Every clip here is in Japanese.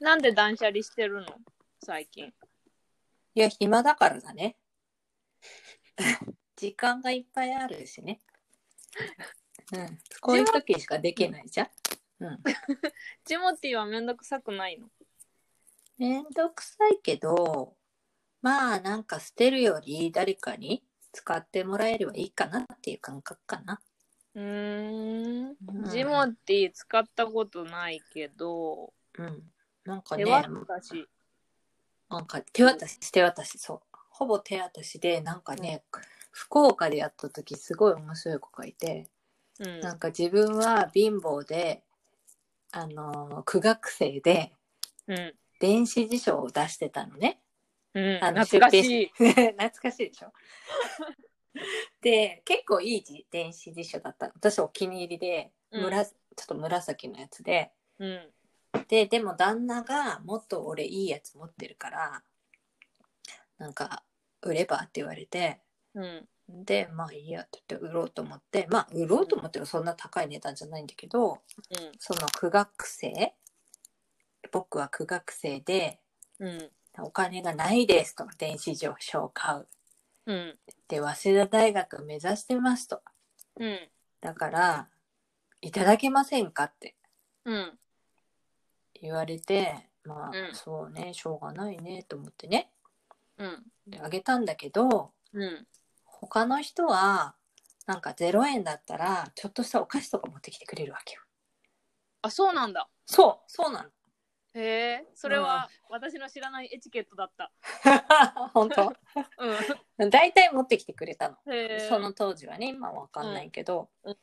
なんで断捨離してるの最近。いや、暇だからだね。 時間がいっぱいあるしね。うん、こういう時しかできないじゃん。ジモティーはめんどくさくないのめんどくさいけど、まあなんか捨てるより誰かに使ってもらえればいいかなっていう感覚かな。うーん。うんジモティー使ったことないけど、うん。なんか手ね、渡し。なんか手渡し、手渡し、そう。ほぼ手渡しで、なんかね、福岡でやった時すごい面白い子がいて、うん。なんか自分は貧乏で、あのー苦学生で、うん。電子辞書を出してたのね。 うあん。の懐か出しい。懐かしい でしょで結構いいじ電子辞書だった私お気に入りで、うんむらちょっと紫のやつでうん。ででも旦那がもっと俺いいやつ持ってるからなんか売ればって言われてうん。でまあいいやって言って売ろうと思ってまあ売ろうと思ってもそんな高い値段じゃないんだけどその苦学生僕は苦学生でうん。うん。お金がないですと電子辞書を買ううん。で早稲田大学目指してますとうん。だからいただけませんかってうん。言われてまあ、うんそうねしょうがないねと思ってねうん。であげたんだけどうん。他の人はなんか0円だったらちょっとしたお菓子とか持ってきてくれるわけよあ、そうなんだ。そうそうなのへえ。それは私の知らないエチケットだった。 本当うん。だいたい持ってきてくれたのへえ。その当時はね今はわかんないけど、うん。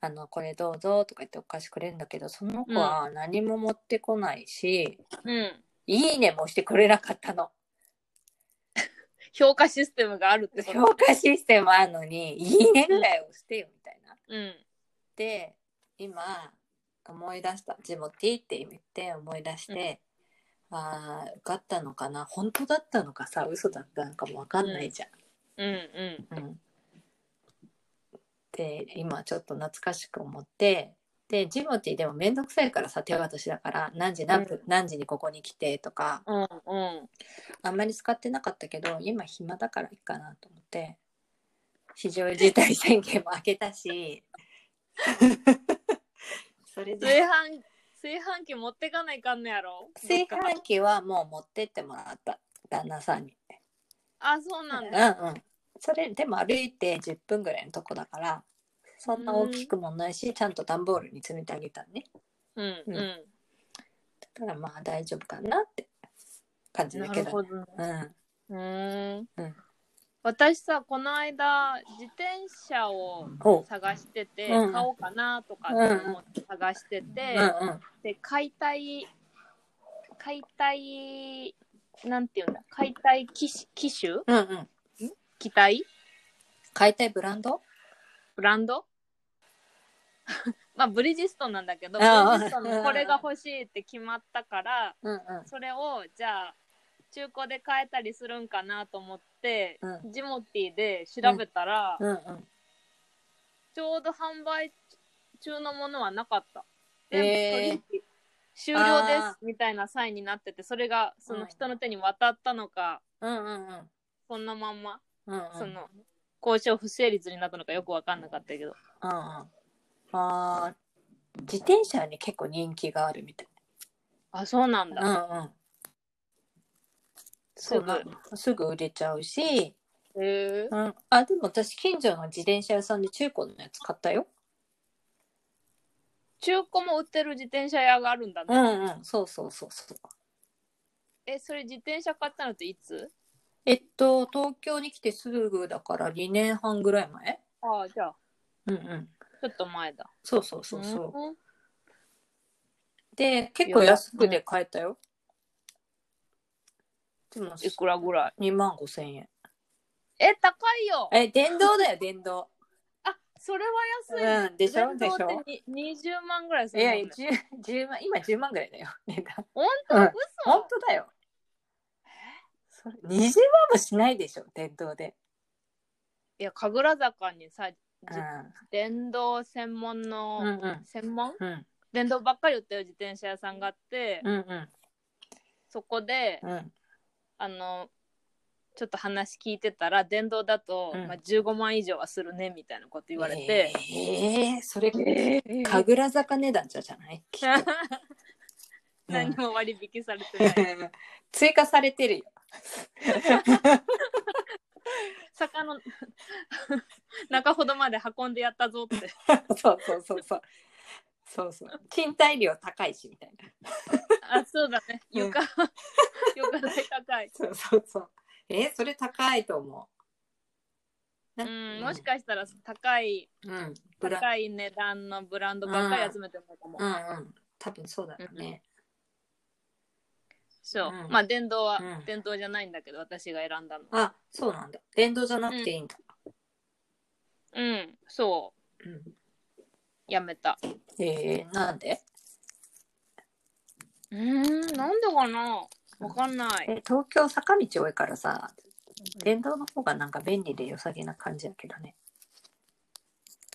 あのこれどうぞとか言ってお菓子くれるんだけどその子は何も持ってこないし、うん。いいねもしてくれなかっ たの。評価システムがあるってこと評価システムあるのに、いいねぐらい押してよみたいな。うん。で、今、思い出した。ジモティって言って思い出して、ああ、受かったのかな本当だったのかさ、嘘だったのかもわかんないじゃん。うんううんで、今ちょっと懐かしく思って、で、ジモティでもめんどくさいからさ、手渡しだから、何時何分、何時にここに来てとか、ん。うんうん。あんまり使ってなかったけど今暇だからいいかなと思って非常事態宣言も開けた しそれ炊で飯、炊飯器持ってかないかんのやろ炊どっか飯器はもう持ってってもらった旦那さんにあ、そううなんだ。んうんそれでも歩いて10分ぐらいのとこだからそんな大きくもないしちゃんと段ボールに詰めてあげたねうんうだからまあ大丈夫かなって感じん。だなけるどほどね。うんうーんうん。私さ、この間、自転車をおう探してて、うん買おうかなとかって思って探してて、うんうんで、解体、解体、なんていうんだ、解体機種機種うんうん機体買いたいブランドブランド まあブリヂストンなんだけどブリああヂストンのこれが欲しいって決まったからうんうんそれをじゃあ中古で買えたりするんかなと思って、うジモティーで調べたら、うんうんちょうど販売中のものはなかった。へえで取引終了であすみたいなサインになっててそれがそうのん人の手に渡ったのか、うんうんうんそんなまんま、うんうんその交渉不成立になったのかよく分かんなかったけど。うんうん、あー自転車はね結構人気があるみたいあそうなんだ。な、うんうん、すぐ。ぐすぐ売れちゃうし、へえうん、あでも私近所の自転車屋さんで中古のやつ買ったよ中古も売ってる自転車屋があるんだうね。んうんそうそうそうそうえ、それ自転車買ったのっていつえっと東京に来てすぐだから2年半ぐらい前ああ、じゃあ、うんうんちょっと前だ。そうそうそうそう、うんで結構安くで買えたよ、でもいくらぐらい2万5千円え、高いよえ電動だよ電動あ、それは安い。うんでしょで電し動ょってに20万ぐらいすいるもんやねいや、10 10万、今10万ぐらいだよ、値段。ほんと、うん嘘本当だよ。それ20万もしないでしょ、電動で。いや、神楽坂にさ、うん。電動専門の、うんうん。専門うん。電動ばっかり売ってる自転車屋さんがあって、うんうそこで、んうんあのちょっと話聞いてたら電動だと、うんまあ、15万以上はするねみたいなこと言われて、えー、それえ神楽坂値段じゃじゃない、 何も割引されてない、うん追加されてるよ坂の中ほどまで運んでやったぞって そうそうそうそう。そうそう。賃貸料高いしみたいな。あそうだねうん 床、床代高い、そうそうそう。えーそれ高いと思う。なうん、もしかしたら高いうん。ブラ高い値段のブランドばっかり集めてるのかも、うんうん。多分そうだろうね。そう、うんまあ電動は、うん電動じゃないんだけど私が選んだのあ、そうなんだ。電動じゃなくていいんだ。うんそううん。やめたえーなんでうーんなんでかなわかんないえ東京坂道多いからさ、電動の方がなんか便利で良さげな感じだけどね。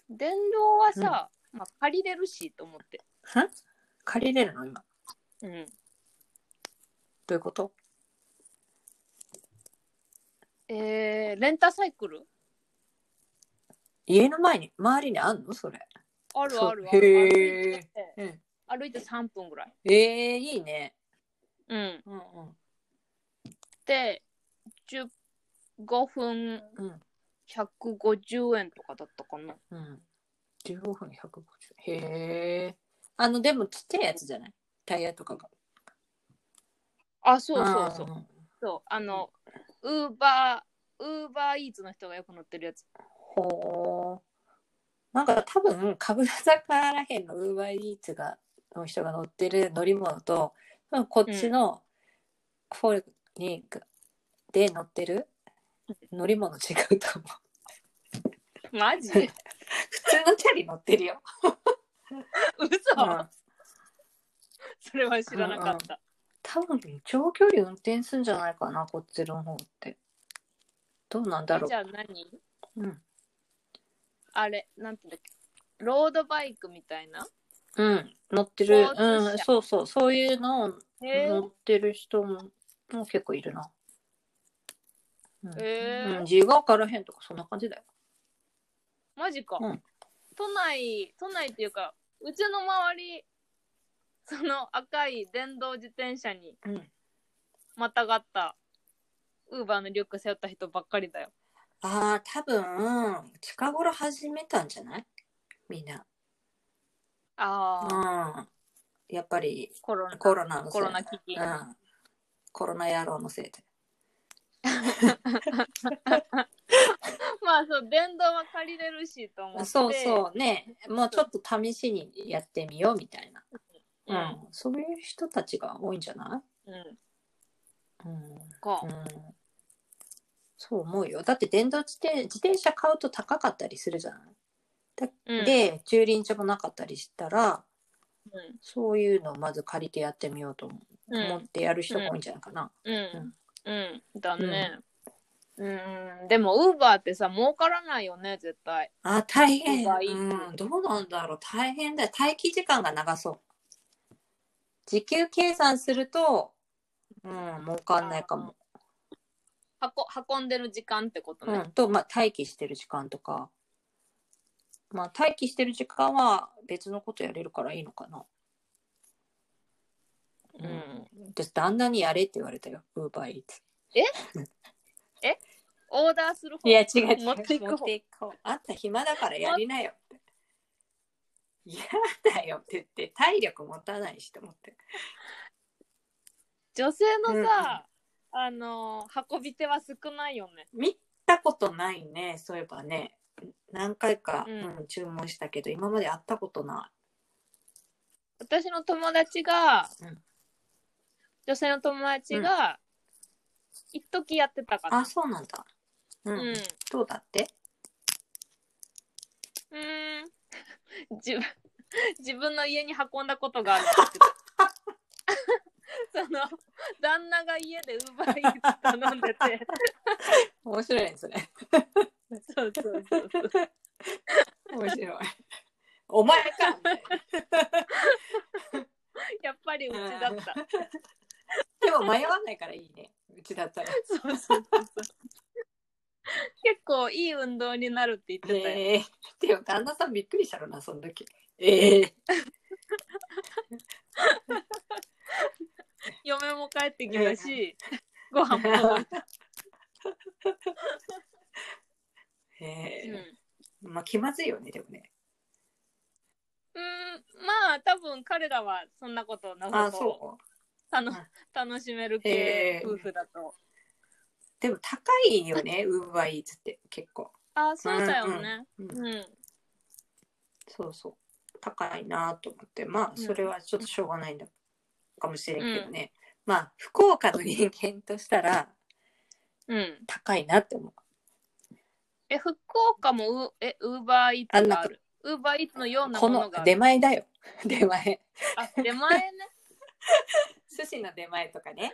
電動はさ、まあ、借りれるしと思っては借りれるの今。うんどういうことえー、レンタサイクル家の前に、周りにあんのそれ。あるそうあるあるへー歩いてうん。歩いて3分ぐらいえー、いいね。うんうんで15分うん。うん。 150円とかだったかなうん。15分150。へえ。あの、でもちっちゃいやつじゃないタイヤとかが。あそうそうそうう。そうあのウーバーウーバーイーツの人がよく乗ってるやつほう。なんか多分、神楽坂らへんのウーバーイーツが、の人が乗ってる乗り物と、多分こっちのフォルニークで乗ってる乗り物違うと思う。マジ普通のチャリ乗ってるよ。嘘、うんそれは知らなかった、多分、長距離運転するんじゃないかな、こっちの方って。どうなんだろじゃあ何う。うん。あれなんていうんだっけロードバイクみたいなうん、乗ってる交。通う車ん、そうそう、そういうのをへえ乗ってる人も,、もう結構いるな。うん、へーうん、自由が丘らへんとかそんな感じだよ。マジか、うん都内都内っていうかうちの周りその赤い電動自転車にうん。またがったウーバーのリュック背負った人ばっかりだよああ、多分、近頃始めたんじゃないみんな。ああ、うん。やっぱりコロナコロナのせコい。ロナ危機、 うん。コロナ野郎のせいで。まあそう電動は借りれるしと思ってそうそうね。もうちょっと試しにやってみようみたいな。うん、うん。そういう人たちが多いんじゃなうん、いうん。か、うんそう思うよ。だって電動自転自転車買うと高かったりするじゃない、うん、で、駐輪場もなかったりしたら、うんそういうのをまず借りてやってみようと思,、うう思んってやる人が多いんじゃないかな。うん、うん、だね。うん、でも、ウーバーってさ、儲からないよね、絶対。あ、大変、そうがいいうん。どうなんだろう。大変だよ。待機時間が長そう。時給計算すると、うん、儲かんないかも。運運んでる時間ってことね。うん、と、まあ、待機してる時間とか。まあ、待機してる時間は別のことやれるからいいのかな。うん。私、旦那にやれって言われたよ。ウーバーイーツ。オーダーする方いや、違う違う。持っていく持方っていこうあんた暇だからやりなよって。嫌だよって言って、体力持たないしと思って。女性のさ、あのー、運び手は少ないよね。見たことないね、そういえばね。何回か、うんうん注文したけど、今まで会ったことな私の友達が、うん女性の友達が、一時やってたい。かあ、ら。そうなんだ。う。うんん。うどうだ ってーん。自分、自分の家に運んだことがあるって言って た。その、旦那が家でウーバーイーツ頼んでて。面白いですね。そうそうそうそう。面白い。お前かみたいな ぱりうちだった。でも迷わないからいいね。うちだったら。そう そうそうそう。結構いい運動になるって言ってたよ。ええー。でも旦那さんびっくりしたろな、その時。ええ嫁も帰ってきたし、 ご飯も届いた。うええんまあ気まずいよね、でもね。うーん、まあ多分彼らはそんなことなあさあ、そうそう。楽楽しめる系えー夫婦だと。でも高いよね、ウーバーイーツって結構。あそうだよね。うんうん、そうそう。高いなと思って。まあ、それはちょっとしょうがないんだかもしれんけどね。まあ、福岡の人間としたらうん。高いなって思う。え、福岡もウえウーバーイーあツながんかある。ウーバーイーツのようなこもののがあ出る。前だよ。 出前。あ、出 前ね。寿司の出前とかね。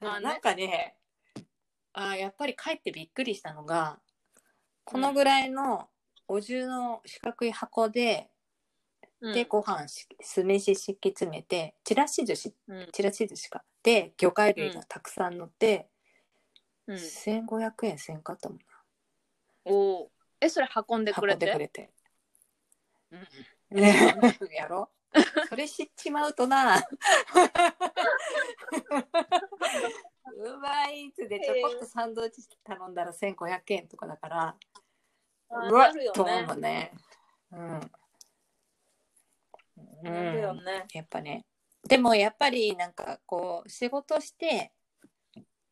あねなんかね、あやっぱり帰ってびっくりしたのが、このぐらいのお重の四角い箱で、うんで、ご飯し、酢飯敷き詰めて、ちらし寿司、うんちらし寿司か。で、魚介類がたくさん乗って、うん、 1500円せんかったもんな。おーえ、それ運んでくれ運んてでくれて。うんやろそれ知っちまうとな。ウーバーイーツでちょこっとサンドイッチ頼んだら1500円とかだから、あうわなるよっと思ねう。ね。うん。うなるよん、ね。やっぱね。でもやっぱりなんかこう仕事して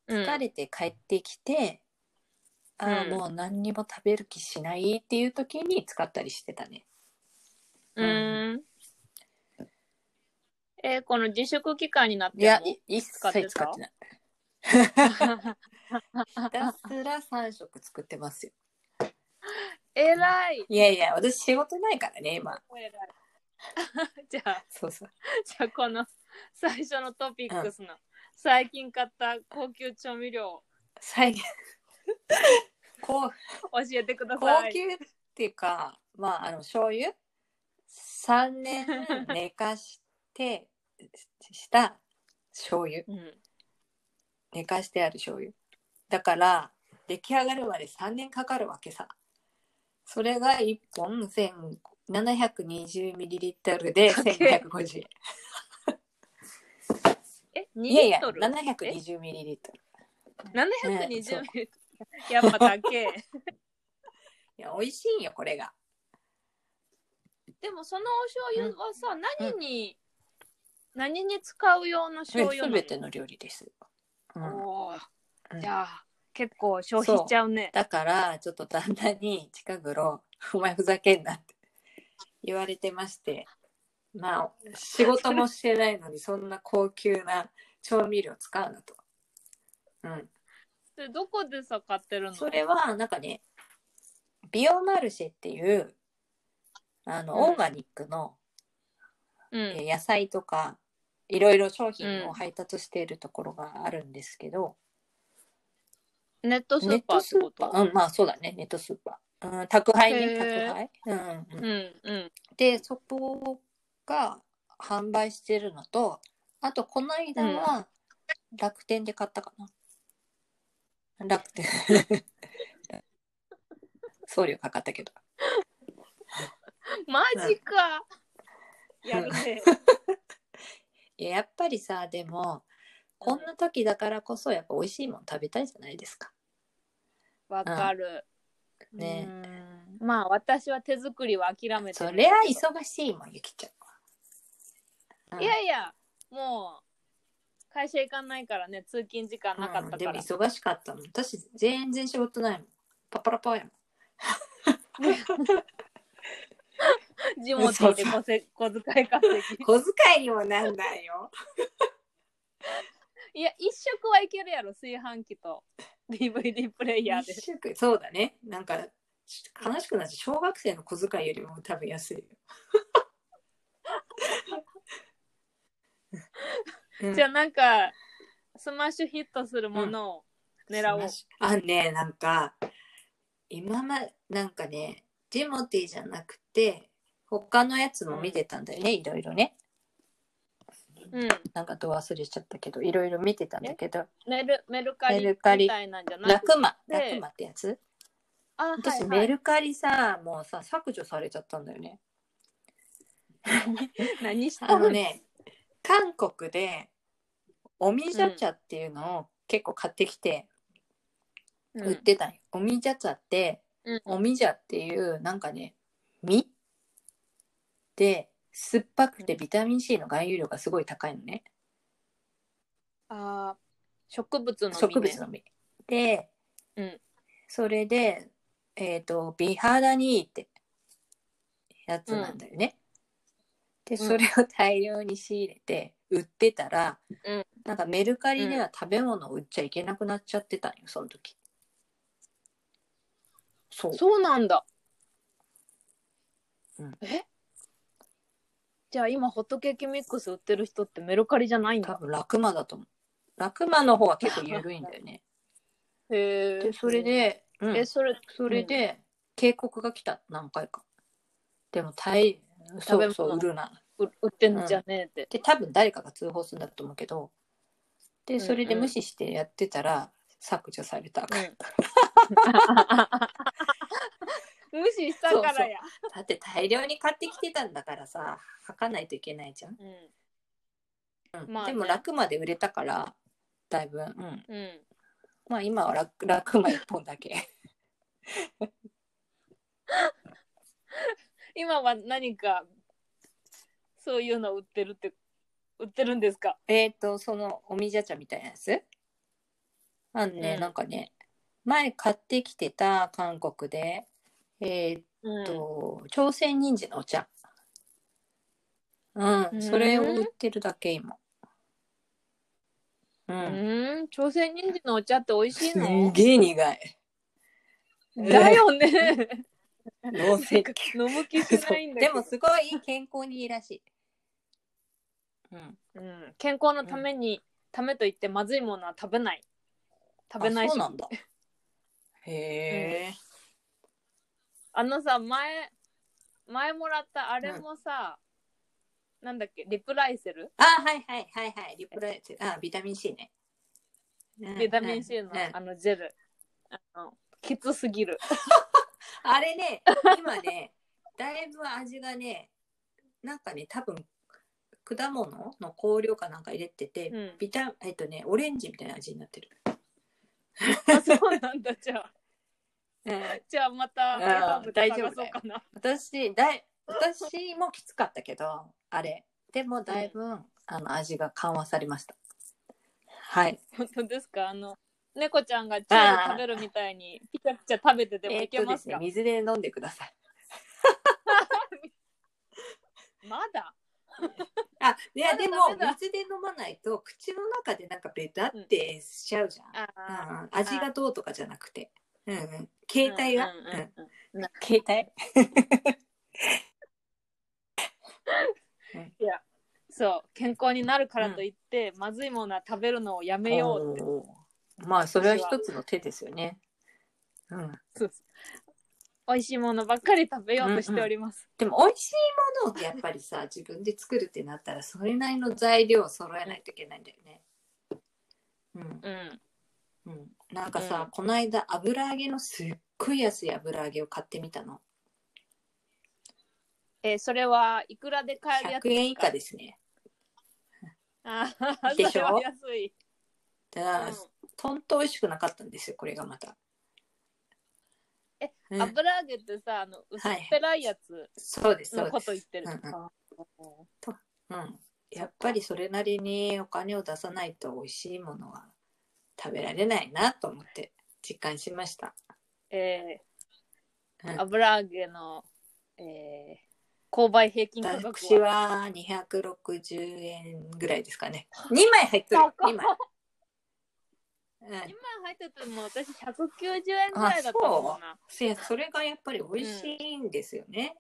うん疲れて帰ってきて、ああうんもう何にも食べる気しないっていう時に使ったりしてたね。うーん。えーこの自粛期間になっていや、もい一切使 ってない。ひたすら3食作ってますよ。 えら い。いやいや、私仕事ないからね、今。えらいじゃあ、そうそう。じゃあこの最初のトピックスの、最近買った高級調味料を最 近高教えてくださ高い。級っていうか、まあ、あの、醤油3年 寝かして、した醤油。うん。寝かしてある醤油。だから、出来上がるまで3年かかるわけさ。それが1本1720ミリリットルで1550円。え、2いやいリやッ、トル720ミリリットル。 720うんそうミリ。やっぱ だけ。いや、美味しいんよ、これが。でもそのお醤油はさ、何に、何に使う用のす醤油なべのての料理です。うんおーうんじゃあ、結構消費しちゃうね。だから、ちょっと旦那に近頃、 お前ふざけんなって言われてまして、まあ、仕事もしてないのに、そんな高級な調味料使うなと。うでどこでさ買ってるのん。それは、なんかね、ビオマルシェっていう、あの、うんオーガニックのうえんー野菜とかいろいろ商品を配達しているところがあるんですけど、ネットスネーッパーっトてスーこパとーうんまあそうだねネットスーパー、うん、宅配ねへー宅配、うんううんん、うんでそこが販売してるのとあとこの間は楽天で買ったかな、楽天 送料かかったけどマジかやる ねいややっぱりさでもこんな時だからこそやっぱ美味しいもの食べたいじゃないですかわかるうんねうんまあ私は手作りは諦めてそるれは忙しいもんゆきちゃんは、いやいやもう会社行かないからね通勤時間なかっうたんでかもら忙しかったもん私全然仕事ないもんパッパラパーやもん地元で小せ小遣い稼ぎ小遣いにもなんないよいや一食はいけるやろ炊飯器と DVD プレイヤーで一週間そうだねなんか悲しくなっちゃう小学生の小遣いよりも多分安いよう んじゃあなんかスマッシュヒットするものを狙おう、あねなんか今まなんかねジモティーじゃなくて他のやつも見てたんだよね、いろいろねうん、なんかと忘れちゃったけどいろいろ見てたんだけどメルメルカリメみルカたリいなんじゃなラくてクマでラクマってやつあ、はい私はメい、ルカリさもうさ削除されちゃったんだよね何したあのね韓国でおみじゃ茶っていうのを結構買ってきてうん売ってたんよ、おみじゃ茶ってうんおみじゃっていうなんかね実で酸っぱくてビタミン C の含有量がすごい高いのねあー植物の実ね植物の実で、うんそれで、えっと美肌にいいってやつなんだよね、でうんそれを大量に仕入れて売ってたら、うんなんかメルカリでは食べ物を売っちゃいけなくなっちゃってたんよその時そうそうなんだ、うんえじゃあ今ホットケーキミックス売ってる人ってメルカリじゃないん多だ分ラクマだと思うラクマの方は結構緩いんだよねへでそれ、で、うんえそれそれで警告が来た何回かでも大食べそ物うそう売るなう売ってんじゃねえって、で多分誰かが通報するんだと思うけどでそれでうんうん無視してやってたら削除された、 うん無視したからやだって大量に買ってきてたんだからさ吐かないといけないじゃん、うんまあねでも楽まで売れたからだいぶ、うん、うん、うん、まあ今は楽楽ま1本だけ 今は何かそういうの売ってるって売ってるんですかえっとそのおみじゃ茶みたいなやつあのね、うんなんかね前買ってきてた韓国でえっうと、朝鮮人参のお茶うん、うんそれを売ってるだけ今うん、うん朝鮮人参のお茶って美味しいすのんげえ苦い だ よね脳なん石か飲む気しないんだけでどもすごい健康にいいらしい、うん、うん、健康のために、ためといってまずいものは食べない食べないあそしうなあんだへえ、のさ前前もらったあれもさ、なんだっけリプライセルあはいはいはいはいリプライあビタミン C ねうんビタミン C のうんうんあのジェルあのきつすぎ るあれね、今ね、だいぶ味がね、なんかね、多分果物の香料かなんか入れてて、うんビタえっとね、オレンジみたいな味になってる。あそうなんだじゃあじゃあまたあーハーブで大丈探夫そだうよかな私だい、私もきつかったけど、あれ。でもだいぶ、あの味が緩和されました。はい。本当ですかあの猫ちゃんがチーズ食べるみたいにピチャピチャ食べててもえいっけとまですすねか、、水で飲んでください。まだあ、いやまだでもダメだ水で飲まないと口の中でなんかベタってしちゃうじゃん。あーうんうん味がどうとかじゃなくて。うんうん、携帯が、うんうんうんうん携帯そう健康になるからといって、まずいものは食べるのをやめようってまあそれは一つの手ですよね。うん、そう美味しいものばっかり食べようとしております、でも美味しいものってやっぱりさ自分で作るってなったらそれなりの材料を揃えないといけないんだよね。うんうんうん、なんかさ、うんこないだ油揚げのすっごい安い油揚げを買ってみたの。えーそれはいくらで買えるやつ100円以下ですね。ああでしょそれは安い、だから、とんと美味しくなかったんですよこれがまた。えううんん、油揚げってさあの薄っぺらいやつそうですそうのでこすと言ってる、そうですうんあうん、やっぱりそれなりにお金を出さないと美味しいものは食べられないなと思って実感しました。えーうん油揚げの、えー、購買平均価格私はは260円ぐらいですかね。2枚入ってる。高っ2枚。うん今入ってても私190円ぐらいだったもんなそや、それがやっぱり美味しいんですよね。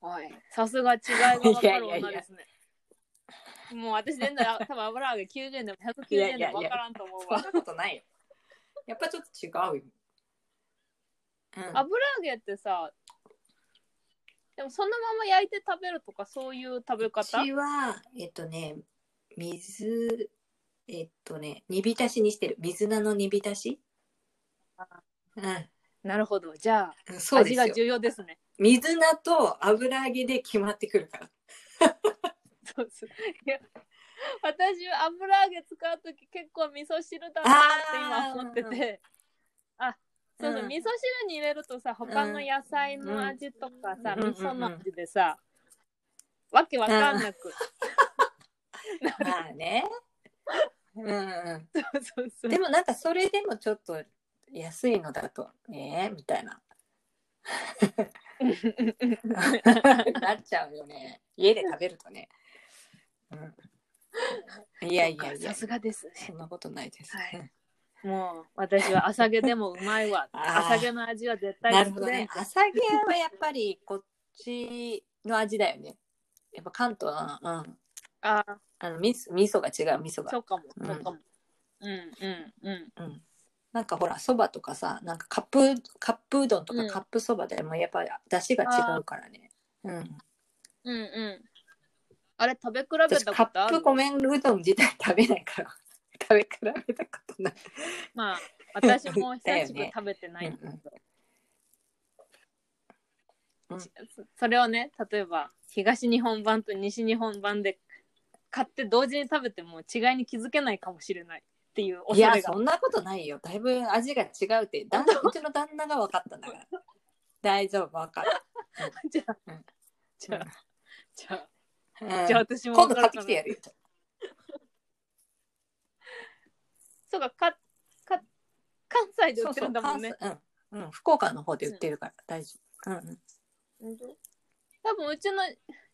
おいさすが違いが分かる女ですね。もう私全然あ多分油揚げ90円でも190いやい円やでいもや分からんと思うそわん。なことないよ。やっぱちょっと違うよ。うん、油揚げってさでもそのまま焼いて食べるとかそういう食べ方私は、えっとね、水、えっとね、煮浸しにしてる。水菜の煮浸しあうなるほどじゃん。あそうで味すよが。重要ですね水菜と油揚げで決まってく るから。そうそういや私は油揚げ使う時結構味噌汁だなって今思っててあそうそう、うん味噌汁に入れるとさ他の野菜の味とかさ、うんうん味噌の味でさ、わけわかんなく、まあね。うんうそうそ うん。でもなんかそれでもちょっと安いのだと、えー、みた いな。なっちゃうよね。家で食べるとね。 うん、いやいやいやさ、すがですそねんなことないです。はいもう私は朝毛でもうまいわあー朝毛の味は絶対なするるほどね。朝毛はやっぱりこっちの味だよね。やっぱ関東は、うん。あーあの味噌味噌が違う味噌そが。うかもうんそうかも、うん、うんうんうん。なんかほらそばとかさ、なんかカップカップうどんとうかんカップそばでもやっぱり出汁が違うからね。うん。うんうんあれ食べ比べ私たカことあップるごめんうどん自体食べないから。 食べ比べたことない。まあ私も だ久よしくね食べてないんだけど、うんうんそそれをね例えば東日本版と西日本版で買って同時に食べても違いに気づけないかもしれないっていうい恐やれがそんなことないよだいぶ味が違うって 旦那うちの旦那が分かったんだから大丈夫分かるじゃあうんじゃあじゃあうんじゃあ私も今分度かるか買ってきてなやるよそうかかか関西で売ってるんだもんねそうそう関西うん、うん、福岡の方で売ってるから大丈夫、うんうん、多分うちの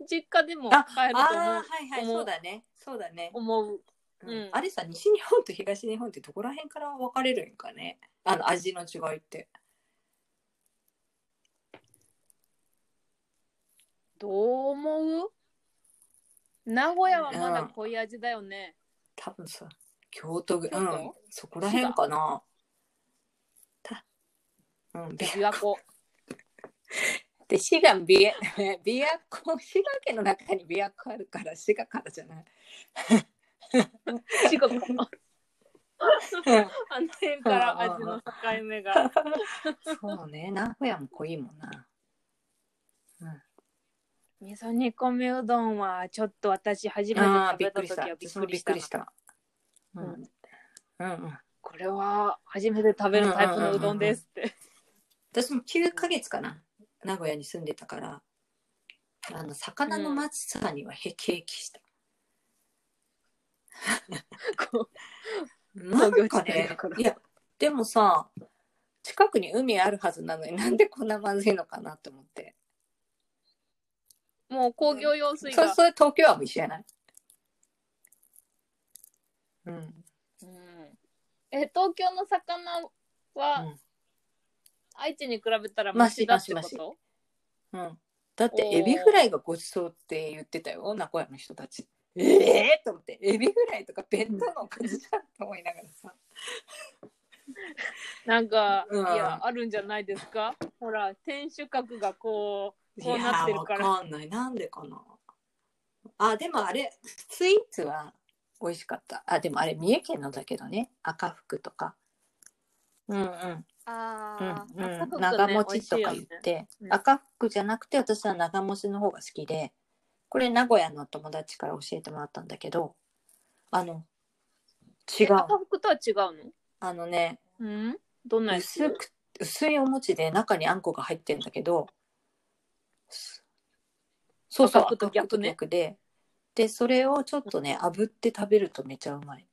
実家でもあ買えると思あうはいはい思うそうだねそうだね、思ううんうんあれさ西日本と東日本ってどこら辺から分かれるんかねあの味の違いってどう思う名古屋はまだ濃い味だよね、多分さ京都ぐ京う都んそこら辺かなたうん琵琶湖で滋賀琵琶 琵琶湖滋賀県の中に琵琶湖あるから滋賀からじゃない四国のあの辺から味の境目がそうね名古屋も濃いもんな 味噌煮込みうどんはちょっと私初めてあー食びっべくたり時したはびっくりびっしたくりしたうんうんうんこれは初めて食べるタイプのうどんですって私も9ヶ月かな名古屋に住んでたからあの魚のまずさにはへきへきした、こな工業地んか帯ねだからいやでもさ近くに海あるはずなのになんでこんなまずいのかなと思ってうもう工業用水そがそれ東京はもう一緒やないうんうん、え東京の魚は、うん愛知に比べたらマシだってこマシマシとうん、だっておーエビフライがごちそうって言ってたよ名古屋の人たちええと思ってエビフライとか弁当のおかずじゃんと思いながらさなんか、うんいやあるんじゃないですかほら天守閣がこういこうなってるからやわかんないなんでかなあでもあれスイーツは美味しかったあでもあれ三重県のだけどね赤福とかうんうんあうんうん長持ちとか言って、うん赤福じゃなくて私は長持ちの方が好きでこれ名古屋の友達から教えてもらったんだけどあの違う赤福とは違うあのねのうんどんなやつ薄く薄いお餅で中にあんこが入ってんだけどすそうそう赤福と赤福逆ね逆ででそれをちょっとね炙って食べるとめちゃうまい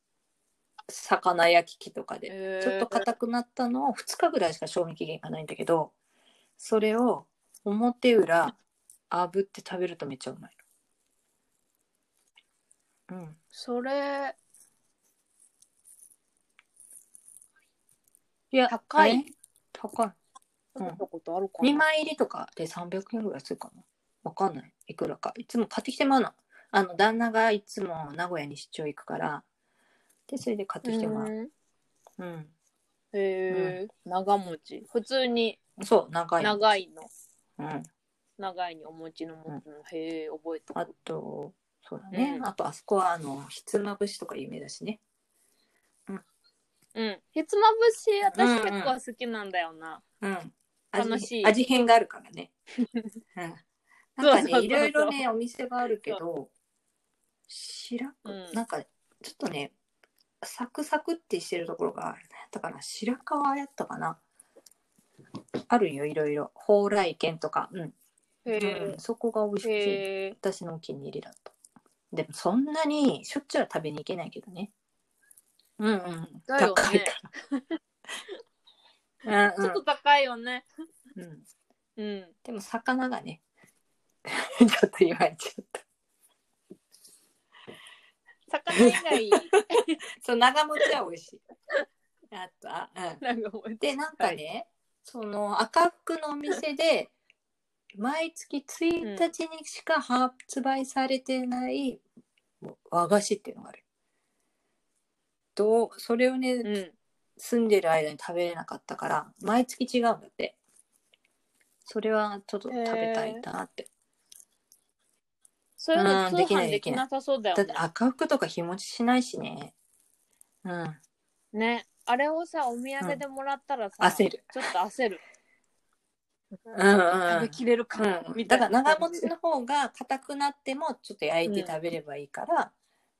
魚焼き器とかでえーちょっと硬くなったのを2日ぐらいしか賞味期限がないんだけどそれを表裏炙って食べるとめっちゃうまい。うん、それいや高いえ高いうん食べたことあるかな、 2枚入りとかで300円ぐらいするかなわかんないいくらかいつも買ってきてもらうのあの旦那がいつも名古屋に出張行くからでそれで買ってきてもらううんうん、へえ長持ち普通にそう長い長いのうん、長いにお餅のもつの、へえ覚えたあと、そうだね。うんあと、あそこは、あの、ひつまぶしとか有名だしね。うんひつまぶしうん私うん結構好きなんだよな、うん。味楽しい味変があるか らね。うん。なんかそうそうそうそね、ういろいろね、お店があるけど、白うく、んなんか、ちょっとね、サクサクってしてるところがあるね。だから、白川やったかな。あるよ、いろいろ。蓬莱軒とか。うん。へうんそこが美味しえい。へえ私のお気に入りだった。でも、そんなにしょっちゅうは食べに行けないけどね。うんうん。だよね高い から。うんちょっと高いよねうん。うんうんでも魚がね、 ちょっと今言っちゃった。魚 以外そう、長持ちは美味しい。あとは、うん。なんか覚えてで、なんかね、その赤福のお店で、毎月1日にしか発売されてない和菓子っていうのがある。と、それをね、うん住んでる間に食べれなかったから、毎月違うんだって。それはちょっと食べたいなって。そういうのうん通できない販できなさそうだよだねって赤服とか日持ちしないしね。うん。ねあれをさお土産でもらったらさ、焦る。ちょっと焦るうんうん食べきれるかな、うん。みただいかなら長持ちの方が硬くなってもちょっと焼いて食べればいいから、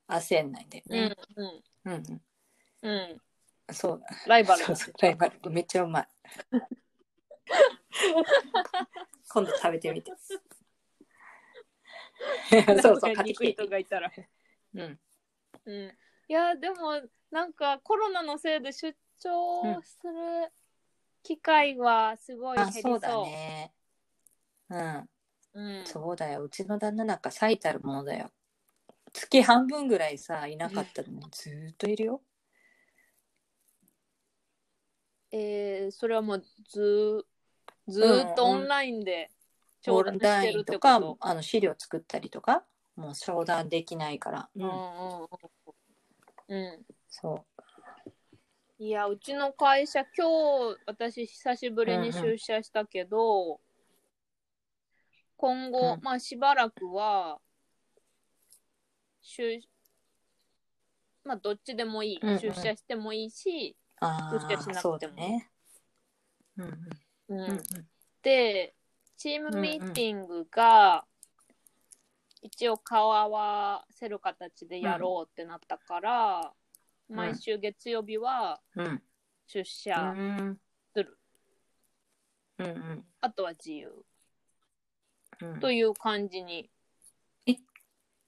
焦んないんだようんね。うんうん。うん、うんそうだ。ライバルそうそう。ライバル。めっちゃうまい。今度食べて みて。そ うそう、ライバル買ってにきくいて人。がいたらうん。うんいやでもなんかコロナのせいで出張する機会はすごい減あ、りそう,、そうだね。うん。うん、そうだよ。うちの旦那なんか最たるものだよ。月半分ぐらいさ、いなかったのにずーっといるよ。えーそれはもうずーずーっとうんオうんンラインでオ調ン達ラしてイるンってとことか、あの資料作ったりとか、もう商談できないから。ううんうんん。うんうそんいやうちの会社今日私久しぶりに出社したけど、今後、うんまあしばらくは出まあどっちでもいい、うんうん出社してもいいし、う。あうちはしなくてあ、もそうだね。うんうんうんうんうん。でチームミーティングが、一応顔合わせる形でやろうってなったから、ん毎週月曜日はうん。出社、うん。するうんうん。あとは自由うんという感じに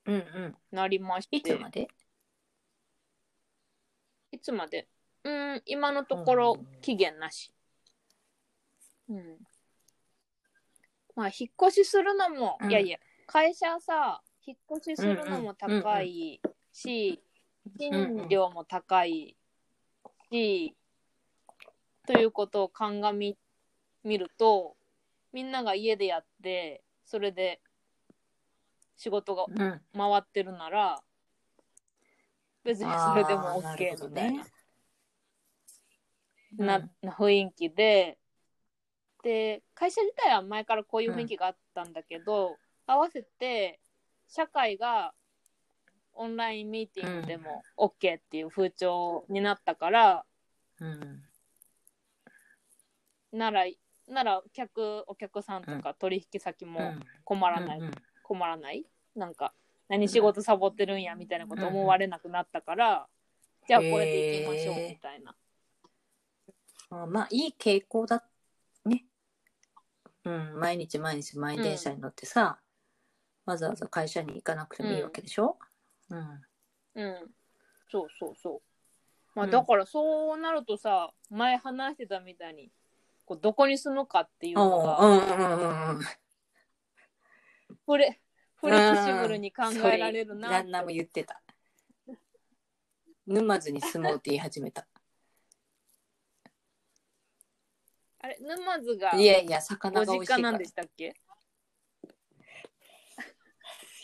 うんうん。なりましていつまでいつまでうん今のところうん期限なしうんまあ引っ越しするのも、うんいやいや会社さ引っ越しするのも高いし、うん賃料も高いし、ということを鑑み見るとみんなが家でやってそれで仕事がうん。回ってるなら別にそれでも OK みたいな,、うんなな雰囲気でで会社自体は前からこういう雰囲気があったんだけど、合わせて社会がオンラインミーティングでも OK っていう風潮になったから、うん。ならなら客お客さんとか取引先うもん。困らない、うん困らないなんか何仕事サボってるんやみたいなこと思われなくなったから、じゃあこれでいきましょうみたいな、あまあいい傾向だね。うん、毎日毎日毎電車に乗ってさ、わざわざ会社に行かなくてもいいわけでしょ、うん、うんそうそうそうまあうんだからそうなるとさ前話してたみたいにこうどこに住むかっていうのおうがんうんうんうん。フレフレキシブルに考えられるな旦那も言ってた。沼津に住もうって言い始めた。あれ沼津がいやいや、魚が美ご味実しいか家なら。んでしたっけ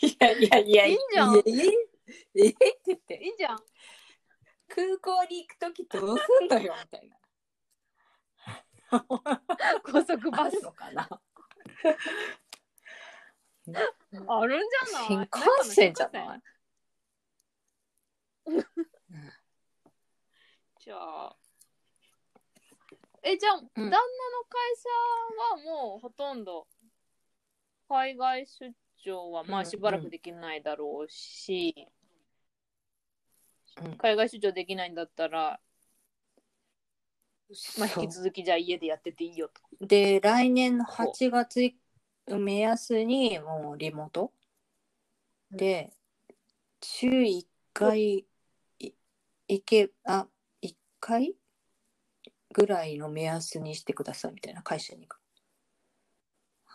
いやいやいや、いいじゃんえええって言っいて、いじゃん空港に行くときどうすんのよみたいな。高速あバスるのかなあるんじゃない新幹線じゃ中の新幹ない線じゃあ。え、じゃあ、うん旦那の会社はもうほとんど、海外出張はまうあんしばらくできないだろうし、うん海外出張できないんだったら、まあそう引き続きじゃあ家でやってていいよと。で来年の8月い目安にもうリモートで週1回い行けあ1回ぐらいの目安にしてくださいみたいな会社に行く。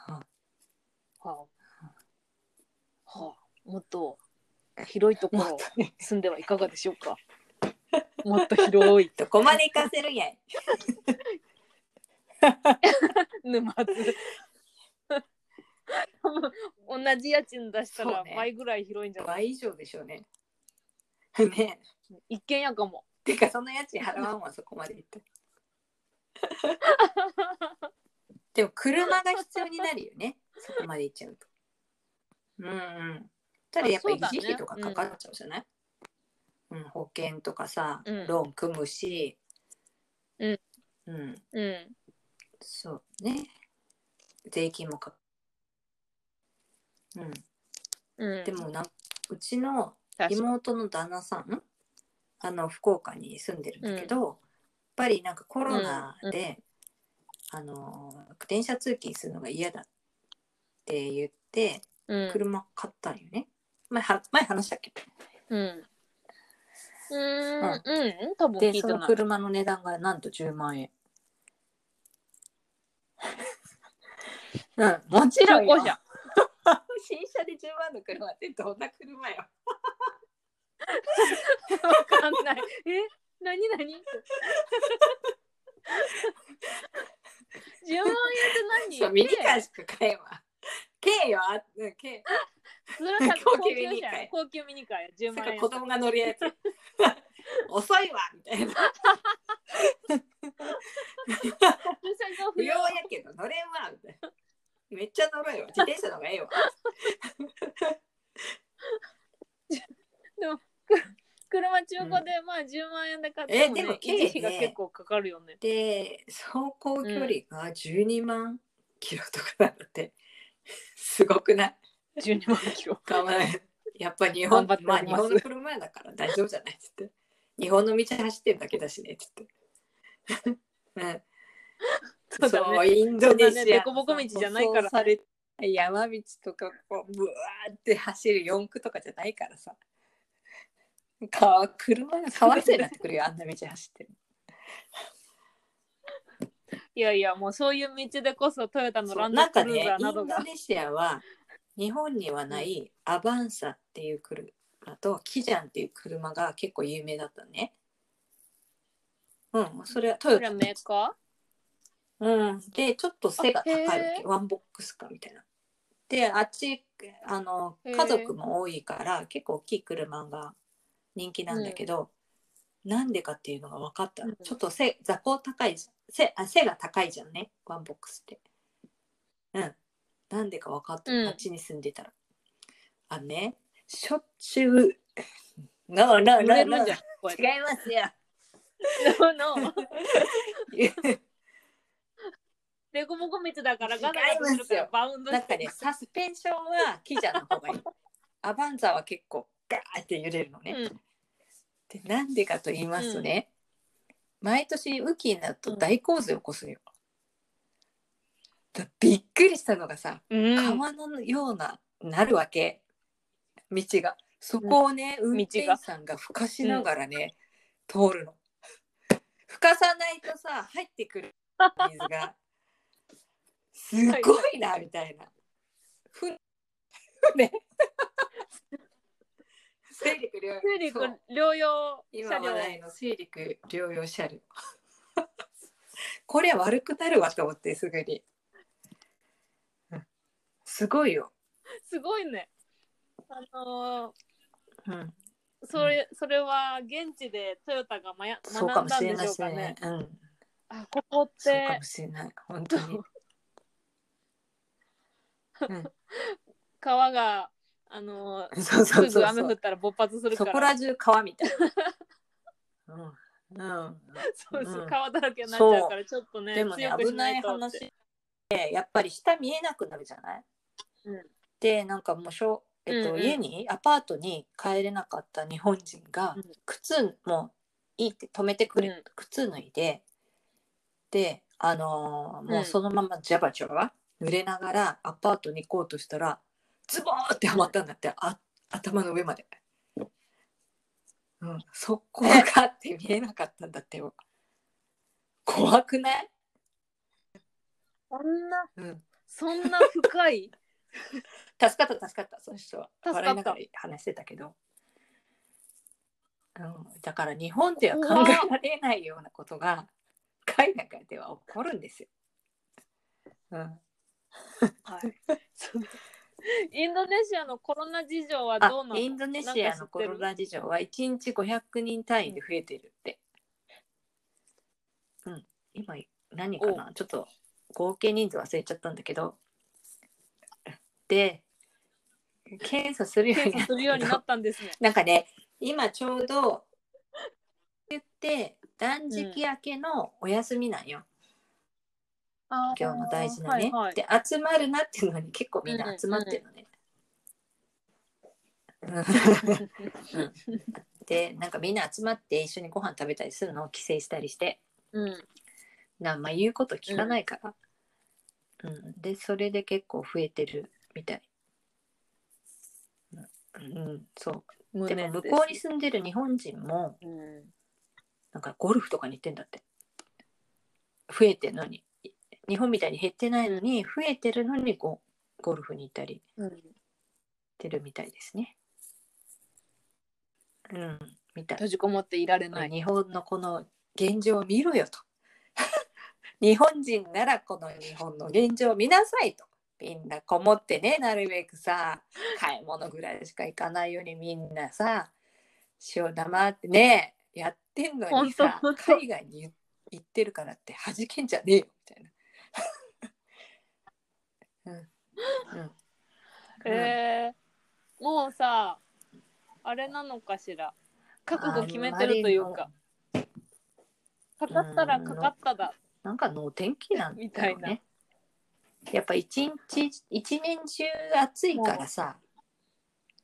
ははあ、はあ、もっと広いところ住んではいかがでしょうか。もっと広い どこまで行かせるんやい沼津同じ家賃出したそらうね倍ぐらい広いんじゃない、倍以上でしょうね。 ね一軒家かもてかその家賃払わんわそこまで行って。でも車が必要になるよねそこまで行っちゃうと。うんうん。ただやっぱりあそうだね維持費とかかかっちゃうじゃない、うん保険とかさ、うんローン組むし、うんうん、うんそうね税金もかかうん、うんでもなうちの確か妹の旦那さんあの福岡に住んでるんだけど、やっぱりなんかコロナで、あの電車通勤するのが嫌だって言ってうん車買ったんよね、前は前話したっけうんうーんうん多分聞でいそてのない車の値段がなんと10万円 うんもちろんよ中古車新車で10万の車ってどんな車よわかんないえ何何10万円ってそう何ミニカーしか買えば軽よあうん軽それは多分高高級級ミミニニカカーー高級ミニカーや10万それから円子供が乗る やつ遅いわみたいな 駐車場不不要要やけど乗れんわみたいなめっちゃ乗るよ自転車の方がええわ車中古でまあ10万円で買っえても、ねでも維持費が軽いね結構かかるよね。で走行距離が12万キロとかなんだって、すごくない12万キロ。かわいいやっぱ日本頑張ってまあおり日ます本の車だから大丈夫じゃないっつって日本の道走ってるだけだしねっつって、 うんそうだねインドネそんなねシア凸凹道じゃないから舗装された山道とかこうブワーって走る四駆とかじゃないからさか車がかわいそうになってくるよあんな道走ってるいやいや、もうそういう道でこそトヨタのランなドんかクルーねザーインなどドが。ネシアは日本にはないアバンサっていう車とキジャンっていう車が結構有名だったねうんそれはトこヨれタはメーカうん、でちょっと背が高いわあへけワンボックスカーみたいな。であっちあのへー家族も多いから結構大きい車が人気なんだけど、なんでかっていうのが分かったの、うんちょっと背座高高いじゃん背あ背が高いじゃんねワンボックスって。うんなんでか分かったの、うんあっちに住んでたら。あのねしょっちゅう 「ノーーノー売ノれーる んじゃん。こ違れ。います よ」のの、デコボコ道だからガタガタするからバウンドなんかね、しサスペンションはキジャンの方がいい。アバンザは結構ガーって揺れるのてね。る。で、なんでかと言いますとね、毎年雨季になると大洪水を起こすよ。だびっくりしたのがさ、うん。うん川のような、なるわけ。道が。そこをね、運転手さんがふかしながらね、通るの。ふかさないとさ、入ってくる水が。すごいな、みたいな。ふね。水陸両用。水陸そう両用今車話両。題の水陸両用 車両。これ悪くなるわと思ってすぐに。うんすごいよ。すごいね。あのうん、ーそれ、それは現地でトヨタがまやそうか学んもだしんれでなしょういですかねね。。うん、あ、ここっそうかてもしれない。本当に。うん川が、あの、 そうそすうそうぐそ雨降うったら勃発するそかこら、ら中川みたいなうん、うん、そうそううん川だらけになっちゃうから、ちょっとね、でもね強く危しなないいとっ話て。でやっぱり下見えなくなるじゃない、うんでなんかもうしょ、えっうとんうん家にアパートに帰れなかった日本人がうん靴もいいって止めてくれ、うん靴脱いでであのーもうんうそのままジャバジャバ濡れながらアパートに行こうとしたらズボーンってはまったんだってあ頭の上まで。うん、そこがあって見えなかったんだってよ怖くない、そんな、うん、そんな深い。助かった助かったその人は助かった笑いながら話してたけど、うん、だから日本では怖考っえられないようなことが海外では起こるんですよ。うん、 はい、インドネシアのコロナ事情はあどうなのインドネシアのコロナ事情は1日500人単位で増えてるって。うん、今何かなちょっと合計人数忘れちゃったんだけどで検査するように検なっ査たするようになったんですね。 なんかね、今ちょうど、言って、断食明けのお休みなんよ、今日の大事なね。はいはいで、集まるなっていうのに結構みんな集まってるのね。 で、なんかみんな集まって一緒にご飯食べたりするのを帰省したりして、うん、なんまあ言うこと聞かないから。うん、で、それで結構増えてるみたい。うん、うんそう。でも向こうに住んでる日本人も、うん、なんかゴルフとかに行ってんだって。増えてんのに。日本みたいに減ってないのに、増えてるのにゴゴルフに行ったりしてるみたいですね。うん、みたい。閉じこもっていられない。日本のこの現状を見ろよと。 日本人ならこの日本の現状を見なさいと。みんなこもってね、なるべくさ、買い物ぐらいしか行かないようにみんなさ、塩黙ってね、やってんのにさ、本当本当海外に行ってるからって弾けんじゃねえよみたいな。うんうんえー、もうさ、あれなのかしら。覚悟決めてるというか、かかったらかかっただ。なんか能天気なんみだたよいなね。やっぱ一日一年中暑いからさ、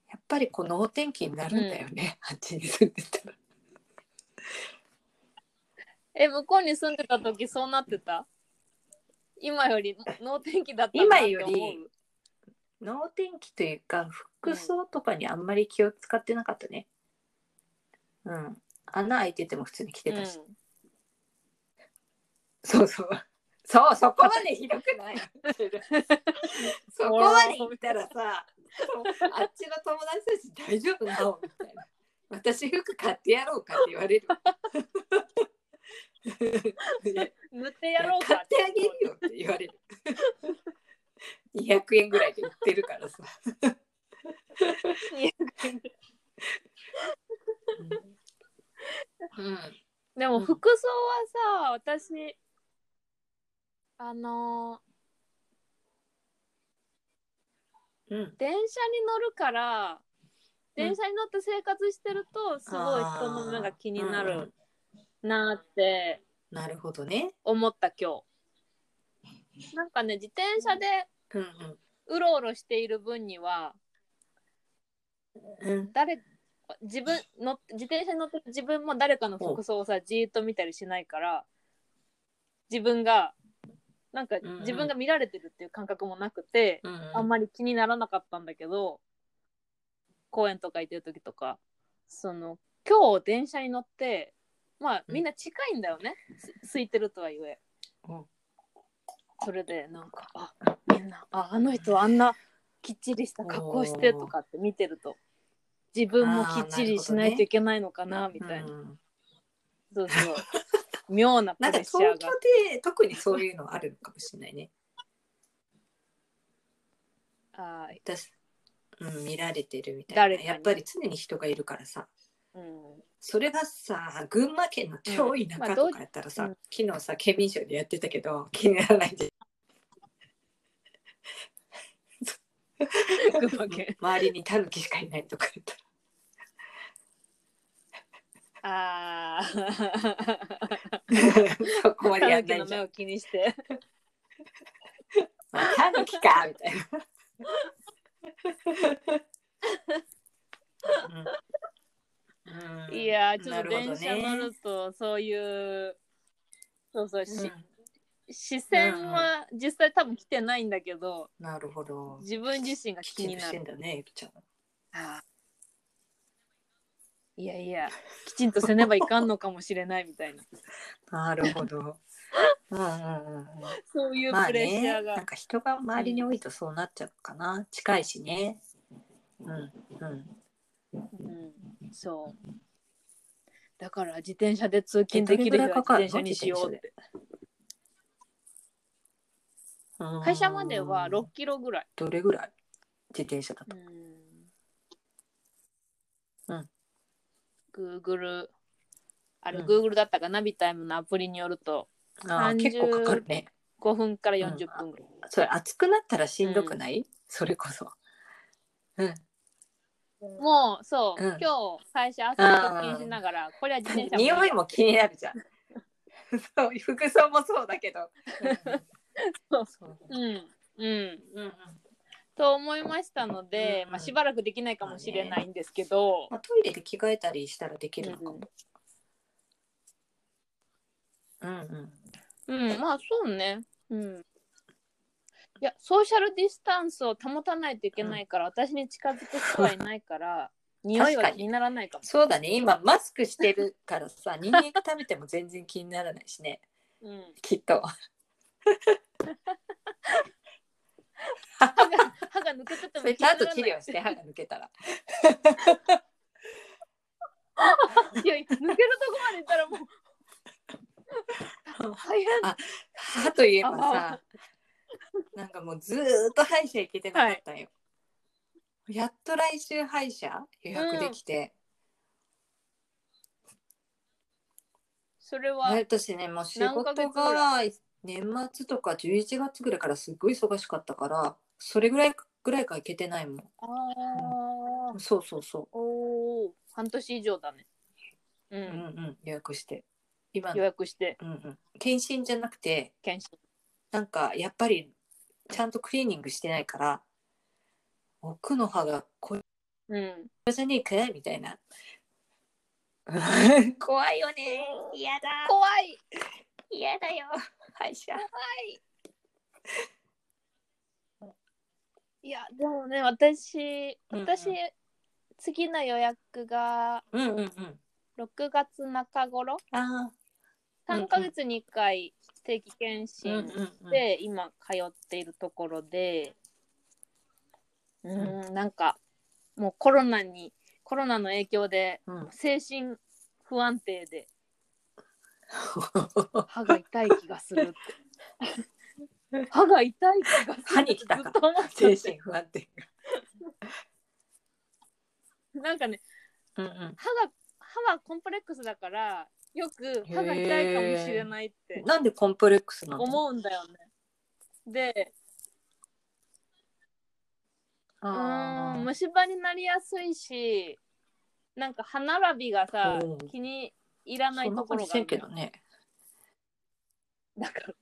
やっぱりこう能天気になるんだよね。あっちに住んでたら。え、向こうに住んでた時そうなってた今より能天気だったな今ってよ思うり能天気というか服装とかにあんまり気を使ってなかったね。うん。穴開いてても普通に着てたし。うんそうそう。そう、そこまでひどく ない。そこまで行ったらさ、あっちの友達たち大丈夫なのみたいな。私服買ってやろうかって言われる。いや塗ってやろうか買ってあげるよって言われる。200円ぐらいで売ってるからさ。うん。でも服装はさ、私あのうんー、電車に乗るから電車に乗って生活してるとすごい人の目が気になあーうるんなってなるほどね。思った今日なんかね自転車でうんうんうろうろしている分にはうん誰自分の自転車に乗ってる自分も誰かの服装をさじーっと見たりしないから自分がなんかうんうん自分が見られてるっていう感覚もなくて、うんあんまり気にならなかったんだけど公園とか行ってる時とかその今日電車に乗ってまあうんみんな近いんだよね、す空いてるとはいえ、うんそれでなんかあみんなああの人はあんなきっちりした格好してとかって見てると自分もきっちりしないといけないのかなみたいなうんそうそう妙なプなんかレッシ東ャー京がで特にそういうのあるのかもしれないね。あー私、うん、見られてるみたい誰な。かにやっぱり常に人がいるからさ。うんそれがさ、群馬県の超田まあ舎どうとかやったらさ、うん昨日さ、県民賞でやってたけど、気にならないで。 群馬県。周りにタヌキしかいないとか言 ったらああ。そこまでや狸んないのじゃ目ん。を気にして。まあタヌキかみたい な。うんいやーちょなっとるほ電ど車乗ねるとそういうそうそう、うしん視線は実際多分来てないんだけどなるほど。自分自身がき気ちにんとなしてるんだね、ゆきちゃん。いやいやきちんとせねばいかんのかもしれないみたい ななる ほど。うんうんうんうん。そういうまあプレッシャね、ーが、なんか人が周りに多いとそうなっちゃうかな。近いしね。うんうん。うん、そうだから自転車で通勤できるえどれぐら人いはか自転かるの車にしようってうん会社までは6キロぐらい、どれぐらい自転車だうと。んうん Google あれ、うん Google だったかなビタイムのアプリによるとああ30結構かかるね。 5分から40分ぐらい、それ暑くなったらしんどくない、それこそ。うん。もうそう、うん今日会社朝出勤しながらこれは自転車匂いも気になるじゃん。 そう服装もそうだけど。そうそううんうんうんうんと思いましたので、うんまあ、しばらくできないかもしれないんですけど、まあ、トイレで着替えたりしたらできるのかも。うんうん。うん、まあそうね。うん。いや、ソーシャルディスタンスを保たないといけないから、私に近づく人はいないから、匂いは気にならないかも。そうだね今マスクしてるからさ人間が食べても全然気にならないしね うん。きっと歯が歯が抜けててもそ気れにちゃなんとら治ない。療して歯が抜けたら いや、抜けるとこまでいったらもう。大変。歯といえばさなんかもうずーっと歯医者行けてなかったんよ、やっと来週歯医者予約できて、それは、毎年ねもう仕何ヶ事月ぐが年末とか11月ぐらいからすごい忙しかったからそれぐらいぐらいか行けてないもああ、んそうそうそうおお、半年以上だね。ううんうんん、予約して今予の、約して、うんうん、検診じゃなくて検診。なんかやっぱりちゃんとクリーニングしてないから奥の歯がこれうん。じゃねえかいみたい な怖いよね嫌だ怖い。嫌だよ歯医者いや、でもね、私、うんうん私、次の予約がうんうんうん6月中頃あうんうん3ヶ月に1回定期検ー診で今通っているところでううんんなんかもうコロナにコロナの影響でうんうん精神不安定で歯が痛い気がするって 歯が痛い気がする歯に来たかずっと思って精て神不安定なんかねうんうん歯が歯はコンプレックスだからよく歯が痛いかもしれないってなんでコンプレックスなの思うんだよねでうあーーん虫歯になりやすいしなんか歯並びがさおう気にいらないそんなところ感じがしあてるるけどねだから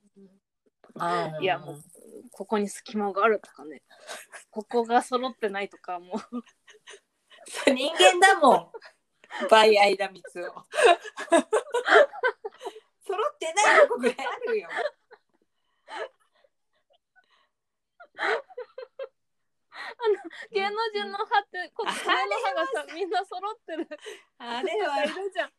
あーいやもうここに隙間があるとかねここが揃ってないとかもうそう人間だもん。バイアイダミツを。揃ってないとこぐらいあるよ。 芸能人の歯ってこっちの歯がさみんな揃ってるあれはいるじゃん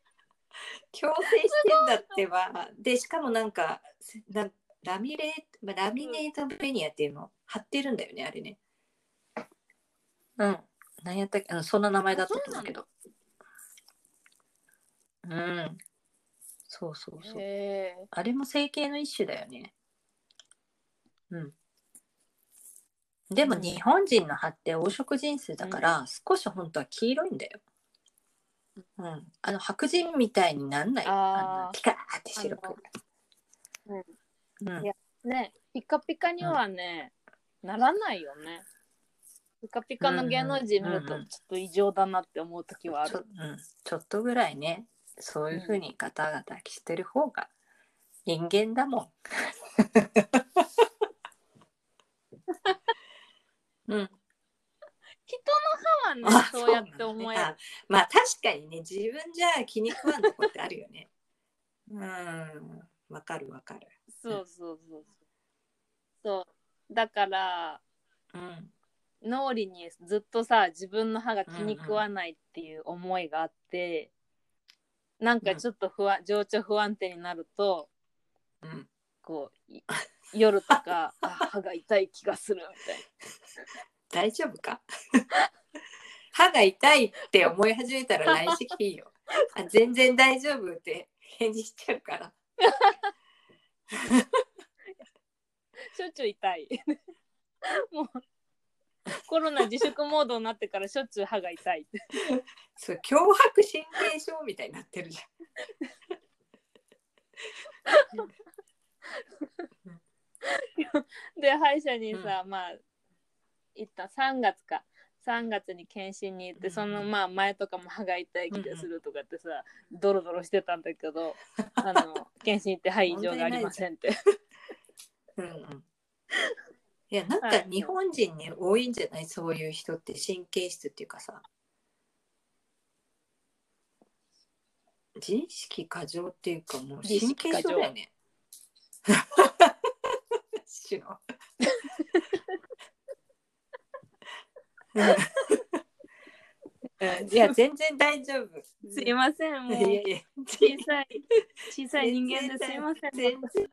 強制してんだってば。でしかもなんかなラミレーラミネートベニアっていうの貼ってるんだよねあれね。うん。何やったっけあのそんな名前だったと思うけど。うん。そうそうそう。 へえあれも整形の一種だよね。うん。でもうん日本人の歯って黄色人種だから少し本当は黄色いんだよ。うん。あの白人みたいになんない。あーあのピカーって白く。あのうん。いやねピカピカにはね、ならないよねピカピカの芸能人見るとうんうんちょっと異常だなって思う時はあ ちょ,、うる。ん、ちょっとぐらいねそういうふうにガタガタしてる方が人間 だもん。うん、人の歯はねそうやって思えるあ。まあ確かにね自分じゃ気に食わんとこってあるよね。 うんわかるわかる。そうそうそうそう。そうだからうん脳裏にずっとさ自分の歯が気に食わないっていう思いがあって、なんかちょっと不安情緒不安定になるとうん、こうい 夜とかあ歯が痛い気がするみたいな。大丈 夫か歯が痛いって思い始めたら来週いいよ。あ全然大丈夫って返事しちゃうから。しょっちゅう痛い。 もうコロナ自粛モードになってからしょっちゅう歯が痛い。そう脅迫神経症みたいになってるじで歯医者にさ、まあ行った3月か3月に検診に行って、うんそのまあ前とかも歯が痛い気がするとかってさ、ドロドロしてたんだけ どあの検診行って「はい異常がありません」ってゃん。うんうん、いやなんかはい日本人ね多いんじゃないそういう人って神経質っていうかさ自意識過剰っていうかもう神経症だよね。一種の うんいや全然大丈夫。 「すいませんもういやいや小さい 小さい人間ですいません」 全然。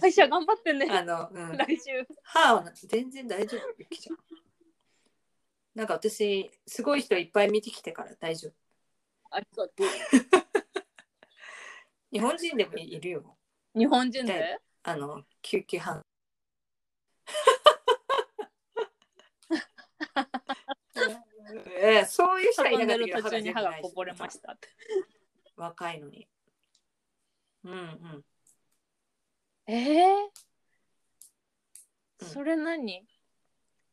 歯医者頑張ってねあの、うん、来週歯は全然大丈夫。ゆきちゃんなんか私、すごい人いっぱい見てきてから大丈夫。ありがとう日本人でもいるよ。日本人だであの、救 急班。えそういう人はい運なんかっでたるけど途中に歯が全然ないこぼれましたって若いのに。うんうん。えーうんそれ何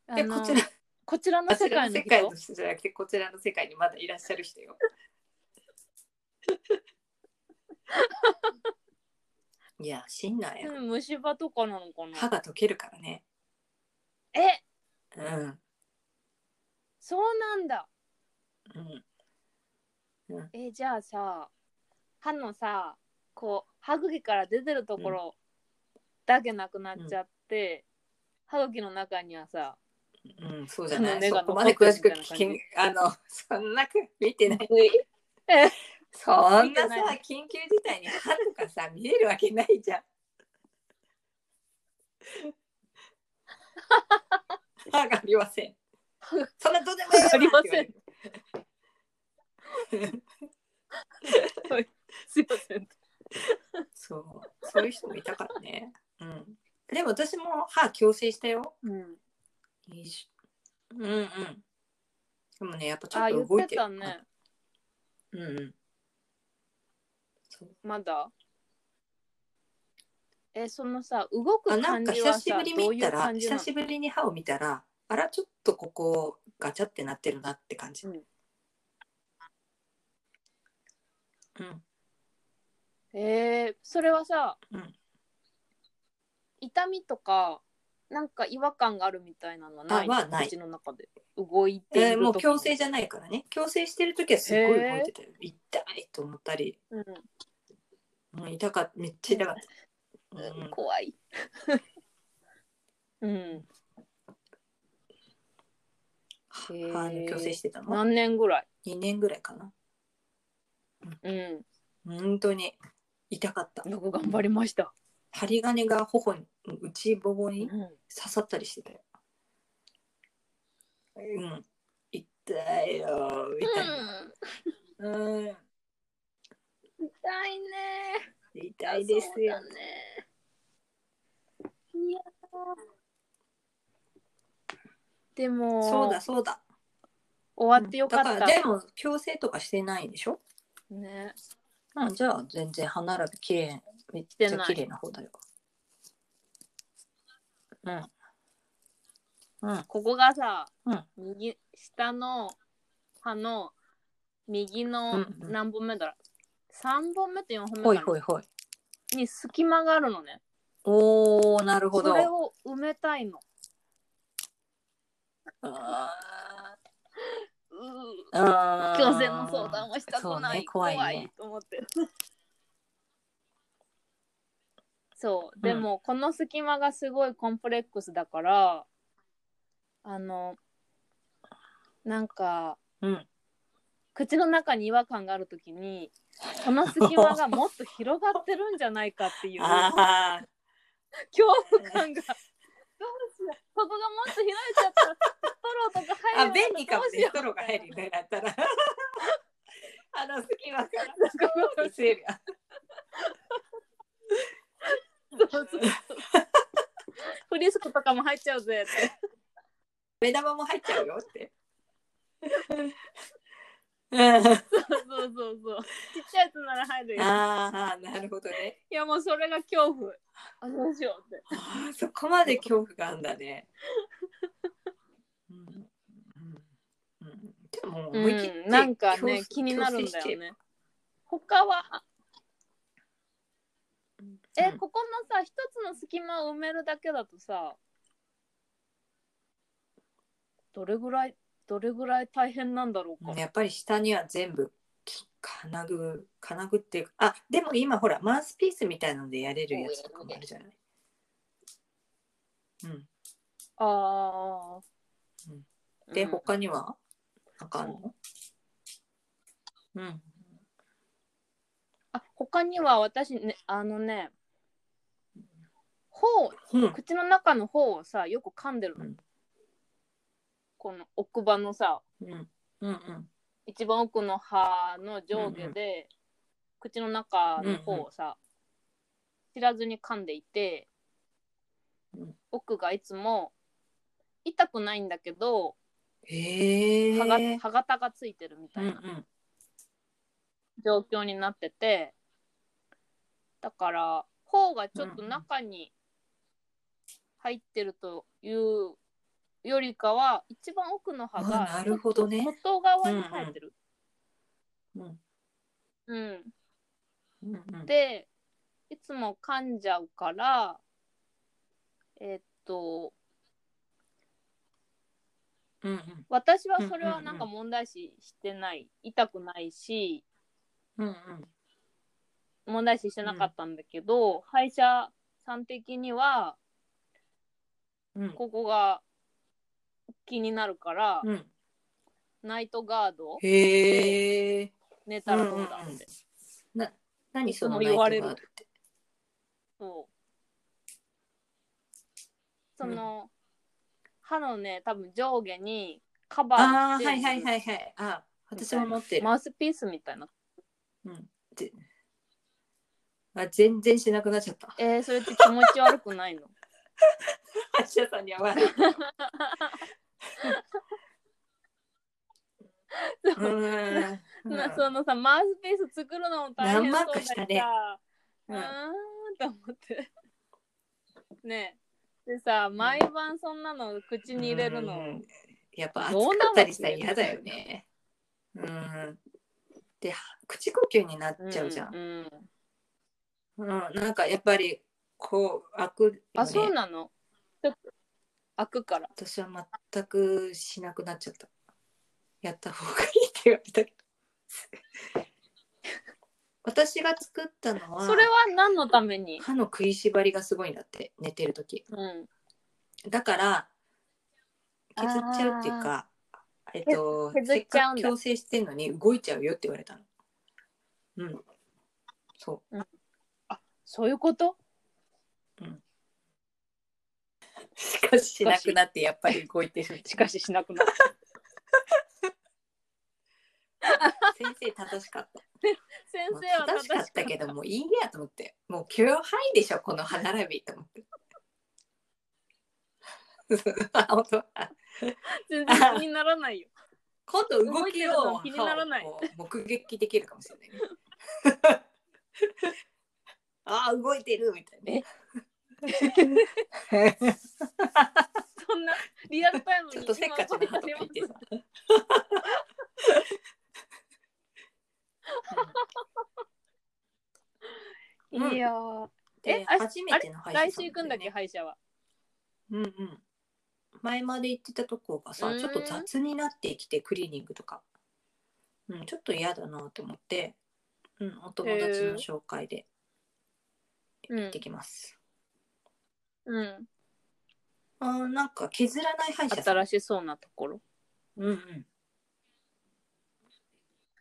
あで、のこちらこちらのあ世ちら界の人の世界の人じゃなくてこちらの世界にまだいらっしゃる 人よ。いや、死んなんや。うん虫歯とかなのかな歯が溶けるからね。えうん。うんそうなんだ。えじゃあさ歯のさこう歯茎から出てるところだけなくなっちゃって、歯茎の中にはさうん、そうじゃな歯のい。根そがこまで詳しく聞け残ってるみん、あの、そんなく見てない。えそん見てななさい、緊急事態に歯とかさ、見えるわけない じゃん。歯がありません。そんなどうでもいいありませんん。すいませんそう、そういう人もいたからね。うん。でも私も歯矯正したよ。うん、いいしうんうん。でもね、やっぱちょあっ言と動いっててる。たねうんうん。そうまだえそのさ動くあな感んかじ久はしさぶりどう見いたうら、感じな久のしぶりに歯を見たら、あら、ちょっとここガチャってなってるなって感じ。ううんん。えー、それはさ、うん痛みとかなんか違和感があるみたいなのはないあはない口の中で動いているえーもう時矯正じゃないからね。矯正してる時はすっごい動いてたよ。痛いと思ったり、うんうん、痛かった、めっちゃ痛かった。うんうん怖い。 うん。へー歯の矯正してたの何年ぐらい。 2年ぐらいかな。うん。本当に痛かった。よく頑張りました。針金が頬に内頬うに刺ん。さったりしてたよ。うん。痛いよ。痛いよ。うん。痛いね。痛いですよ。そうだね。いやー。でも。そうだ。そうだ。終わってよかっだたら。でも矯正とかしてないでしょ。ね。うん、じゃあ全然歯並び綺麗めっちゃ綺麗な方だよ。うん。うん。ここがさ、うん右下の歯の右うんのうん何本目だろ、う ?3 本目と4本目ほいかなほいほい。に隙間があるのね。おー、なるほそど。れを埋めたいの。あうーーあー強制の相談をしたくない、そうね、怖いね。と思って。 そうでも、この隙間がすごいコンプレックスだからあのなんかうん。口の中に違和感があるときにこの隙間がもっと広がってるんじゃないかっていう 恐ああ、怖感がどうしようここがもっと開いちゃったらストローとか入あ、る便利かもね。どうしよストローが入るようになったら。 あの隙間からう見せるやん。そうそうそうフリスクとかも入っちゃうぜって目玉も入っちゃうよ って。うんそうそうそうそうちっちゃいやつなら入るよああ、なるほどね。いやもうそれが恐怖あどうしようってあーそこまで恐怖があんだね。うんうんうんでも思い切ってうんなんかね強制気になるんだ強制よしてね他はえ、うんここのさ一つの隙間を埋めるだけだとさどれぐらいどれぐらい大変なんだろうか、やっぱり下には全部き金具金具っていうかあでも今ほらマウスピースみたいなのでやれるやつとかもあるじゃない、うああん、で、うん他にはなんかあるのうんあ他には私ねあのね頬うん口の中の方をさよく噛んでるの、うんこの奥歯のさうんうんうん一番奥の歯の上下で、口の中の方をさ、知らずに噛んでいて、うん奥がいつも痛くないんだけどへえ歯が,、歯型がついてるみたういんうなん状況になってて、だから頬がちょっと中に入ってるというよりかは一番奥の歯あがなるほどね外側に入ってる。うんうんうんうんでいつも噛んじゃうからえっとうんうん私はそれはなんか問題視してない、痛くないしうんうん問題視してなかったんだけど、歯医者さん的にはうんここが気になるから、うんナイトガードをへえ寝たらどうだって、うんうんうんな何そのいつも言われるナイトガードってそうその、歯のね多分上下にカバーあしあてはいはいはいはいあ私も持ってる、マウスピースみたいなうん、ぜあ全然しなくなっちゃったえー、それって気持ち悪くないの 橋田さんには笑う そうーんなそのさマウスピース作るのも大変そうだしさ、難しいねううーんんと思って ねえでさ毎晩そんなの口に入れるの、うんやっぱ暑どかうなのったりしたら嫌だよねうんで口呼吸になっちゃうじゃん、ううんうんなんかやっぱりこう開く、ね、あそうなのちょっと開くから私は全くしなくなっちゃったやった方がいいって言われたけど 私が作ったのはそれは何のために、歯の食いしばりがすごいんだって寝てる時うん、だから削っちゃうっていうかえっと削せっっちゃかうんくだ矯正してんのに動いちゃうよって言われたのうんそそういうことうしかししなくなってやっぱり動いてるしかししなくなった先生正しかった 先まあ生は正しかったけどもういいやと思ってもう許容範囲でしょこの歯並びと思って あ本当あ全然気にならない よ今度動き動をいてるの気にならない歯をこう目撃できるかもしれないね ああ動いてるみたいなねそんなリアルタイムに ちょっとせっかちなこと言ってさ。今いやーえであ初めての歯医者さん来週行くんだっけ歯医者はうんうん。前まで行ってたとこがさうーんちょっと雑になってきてクリーニングとか、うん、ちょっと嫌だなと思って、うん、お友達の紹介でうん行ってきます。うんあーなんか削らない歯医者さん。新しそうなところうんうん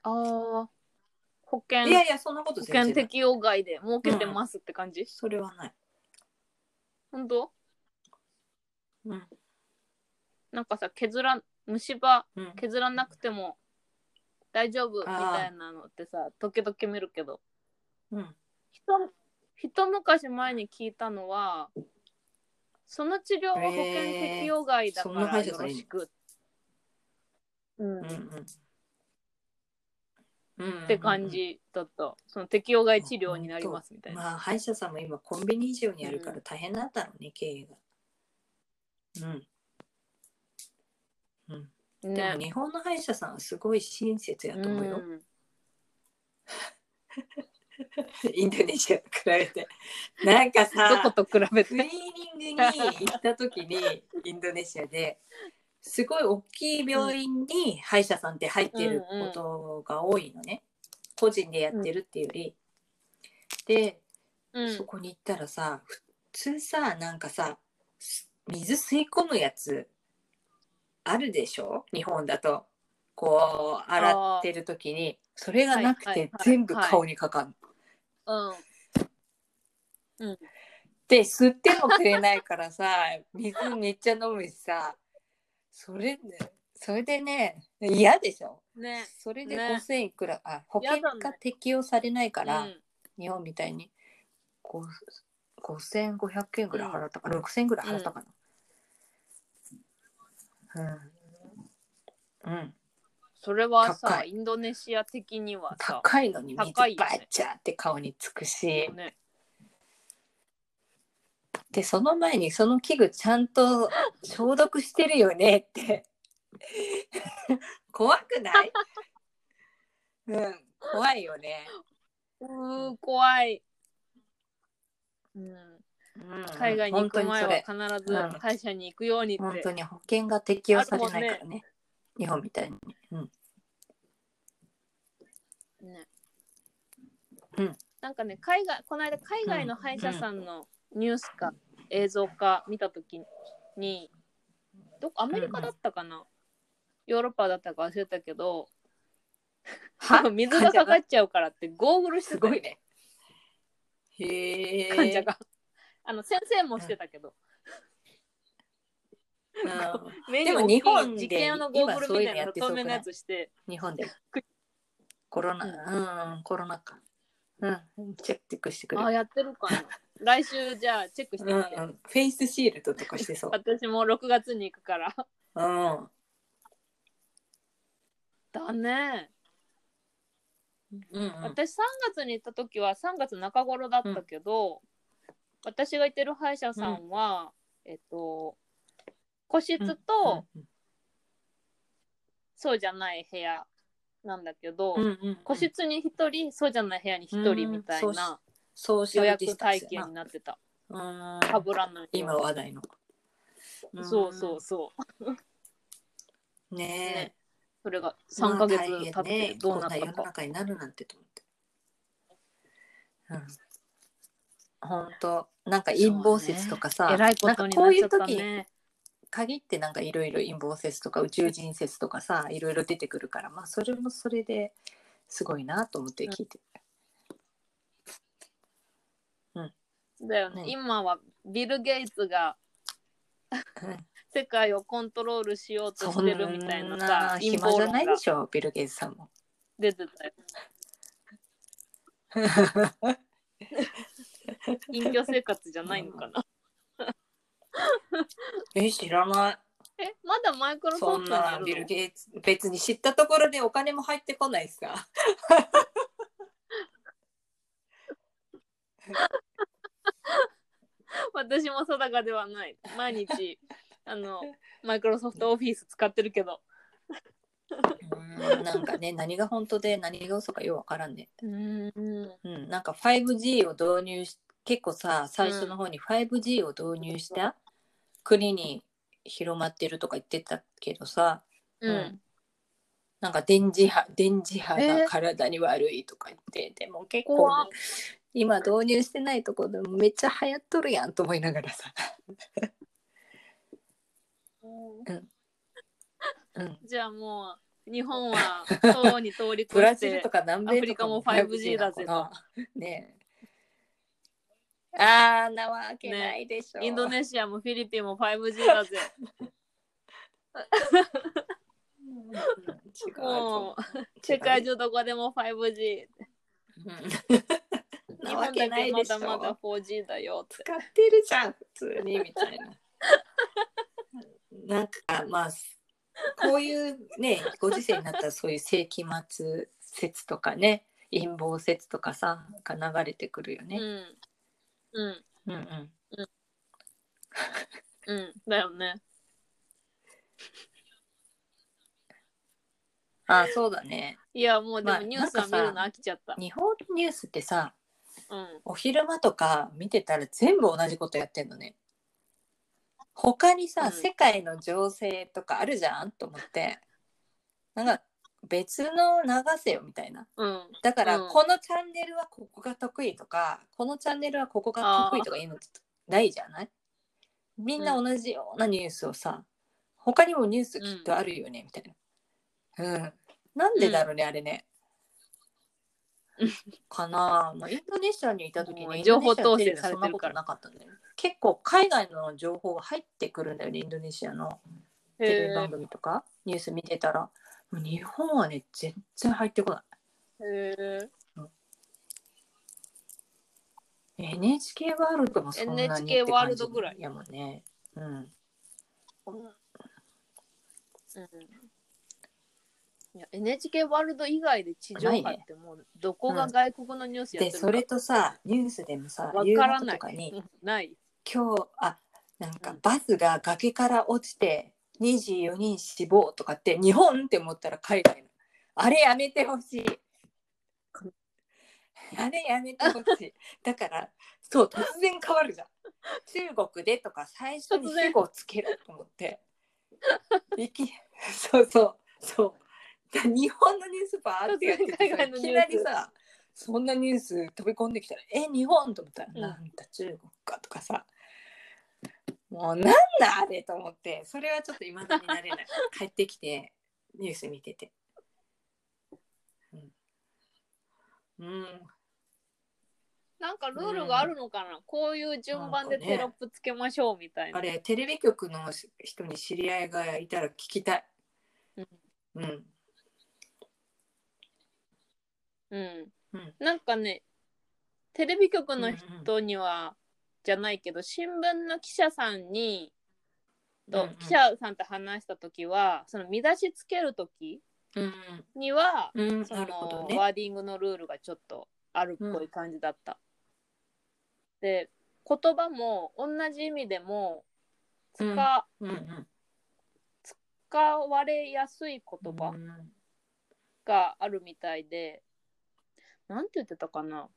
ああ保いや険いやそんなこと保全険然ない適用外で儲けてますって感じ、それはない。本当うんなんかさ削らん虫歯うん、削らなくても大丈夫みあーたいなのってさ時々見るけどうん、ひと一昔前に聞いたのはその治療は保険適用外だかえーそんなら歯医者よさんろいるしく、ううんん、うっんうんうんて感じだったその適用外治療になりますみたいな、まあ歯医者さんも今コンビニ以上にあるから大変なんだろうね、経営がうん、うんでもね日本の歯医者さんはすごい親切やと思うよ、ん インドネシアと比べてなんか どさこと比べクリーてニングに行った 時にインドネシアですごい大きい病院に歯医者さんって入ってることが多いのね、個人でやってるっていうより、でうんそこに行ったらさ普通さなんかさす水吸い込むやつあるでしょ日本だとこう洗ってる時にそれがなくはいはいてはい全部顔にかかんの、うんで吸ってもくれないからさ水めっちゃ飲むしさそれそれでね嫌でしょねそれでね5,000いくら、あ保嫌険だねが適用されないから、うん日本みたいにご5500円ぐらい払ったか、な6000円ぐらい払ったかなうん、うん、それはさ高いインドネシア的にはさ高いのに水高バいよねッチャーって顔につくし、ねでその前にその器具ちゃんと消毒してるよねって 怖くないうん怖いよね、うー怖い、うん、うん海外に行く前は本必ず歯医者に行くようにっ当にそれて本当に保険が適用されないからね日本みた いにうんね、うんなんかね海外この間海外の歯医者さんのニュースか、映像か見た時にどこアメリカだったかな、ヨーロッパだったか忘れたけど水がかかっちゃうからってゴーグルしてすたごよいね。 へえ。患者が。あの先生もしてたけど、うん目にでも大きい日本で実験用のゴーグルみたいなの今そういうのやってそう透くない明なやつして日本で。コロナ、うん、コロナか。うん、チェックしてくれある。やってるかな 来週じゃあチェックしてうん、うみんて、フェイスシールドとかしてそう。私も6月に行くからうん。だねうん、私3月に行った時は3月中頃だったけど、私が行ってる歯医者さんは、えっと個室と、そうじゃない部屋なんだけど、うん、うん、個室に1人そうじゃない部屋に1人みたいうんそうなソーシ予ャル約ディスタン体ス系やになってたな。かうんぶらない今話題の。んそうそう。そうねえ。それが3ヶ月経まっあ大変てねどうなっこん世たのか、中になるなんてと思って。うん。本当なんか陰謀説とかさ、えらいことになんかこなっういちゃっうた時にね限ってなんかいろいろ陰謀説とか宇宙人説とかさいろいろ出てくるからまあそれもそれですごいなと思って聞いて、だよね、うん今はビル・ゲイツがうん世界をコントロールしようとそしんてるみたいなさな陰暇謀じゃ論がないでしょビル・ゲイツさんも。出てたよ隠居生活じゃないのかなえ知らないえまだマイクロソそフんトにいなるのビル・ゲイツ別に知ったところでお金も入ってこないしさ。私も定かではない毎日あの、マイクロソフトオフィス使ってるけど。うんなんか ね、何が本当で何が嘘かようわからんね。うん。うん、なんか 5G を導入し、結構さ、最初の方に 5G を導入した国に広まってるとか言ってたけどさ、うん。なんか電磁波、電磁波えがー体に悪いとか言って、でも結構怖っ今導入してないとこでもめっちゃ流行っとるやんと思いながらさ。うん、じゃあもう、日本は、そうに通り越ブラしジルてと、か南ア米とかフリカも 5G なのかなだねえ。あーなわけないでしょう。インドネシアもフィリピンも 5G だ ぜ。うん違うもと。う、世界中どこでも 5G。うんな日わ本けだなけいでましょだう。まだ 4G だよって。使ってるじゃん普通にみたいな。なんかまあこういうねご時世になったらそういう世紀末説とかね陰謀説とかさが流れてくるようね。ん。うん。うんうん、うん。だよね。あそうだねいや、もうでまもあニュースは見るのな飽きちゃった。日本ニュースってさうん。お昼間とか見てたら全部同じことやってんのね。他にさ、うん世界の情勢とかあるじゃんと思ってなんか別の流せよみたいな。うん。だから、うんこのチャンネルはここが得意とかこのチャンネルはここが得意とかいうのないじゃないみんな同じようなニュースをさ、他にもニュースきっとあるよね、みたいな。うん。なんでだろうね、あれねうん。かなあ、まあ、インドネシアにいた時もうに情報統制インドネシアのテレビはそんなことされてるからなかったんだよね結構海外の情報が入ってくるんだよねインドネシアのテレビ番組とかニュース見てたらもう日本はね全然入ってこない。へー NHK ワールドもそんなに NHK って感じワールドぐらいやもんね。うん。うんいや NHK ワールド以外で地上波ってもうどこが外国のニュースやってでるかそれとさニュースでもさわ夕から方なといかにうん ない今日あなんうかんバスが崖から落ちて24人死亡とかって日本って思ったら海外のあれやめてほしい。あれやめてほ しい。だからそう突然変わるじゃん。中国でとか最初に突然主語をつけろと思って。いきそうそうそう。だ日本のニュースバーってやってて突然海外いのニきューなスりさそんなニュース飛び込んできたらえ日本と思ったら、うんなんだ中国かとかさもうなんだあれと思ってそれはちょっと今だになれない 帰ってきてニュース見ててうん、うん、なんかルールがあるのかな、こういう順番でなんかねテロップつけましょうみたいなあれテレビ局の人に知り合いがいたら聞きたいうんうんうんうんなんかねテレビ局の人には、じゃないけど新聞の記者さんにと、うんうん記者さんと話した時はその見出しつける時うんには、うんそなるほどの、ねワーディングのルールがちょっとあるっぽい感じだった。で言葉も同じ意味でも使,、うんうんうん使われやすい言葉うんがあるみたいで、なんて言ってたかな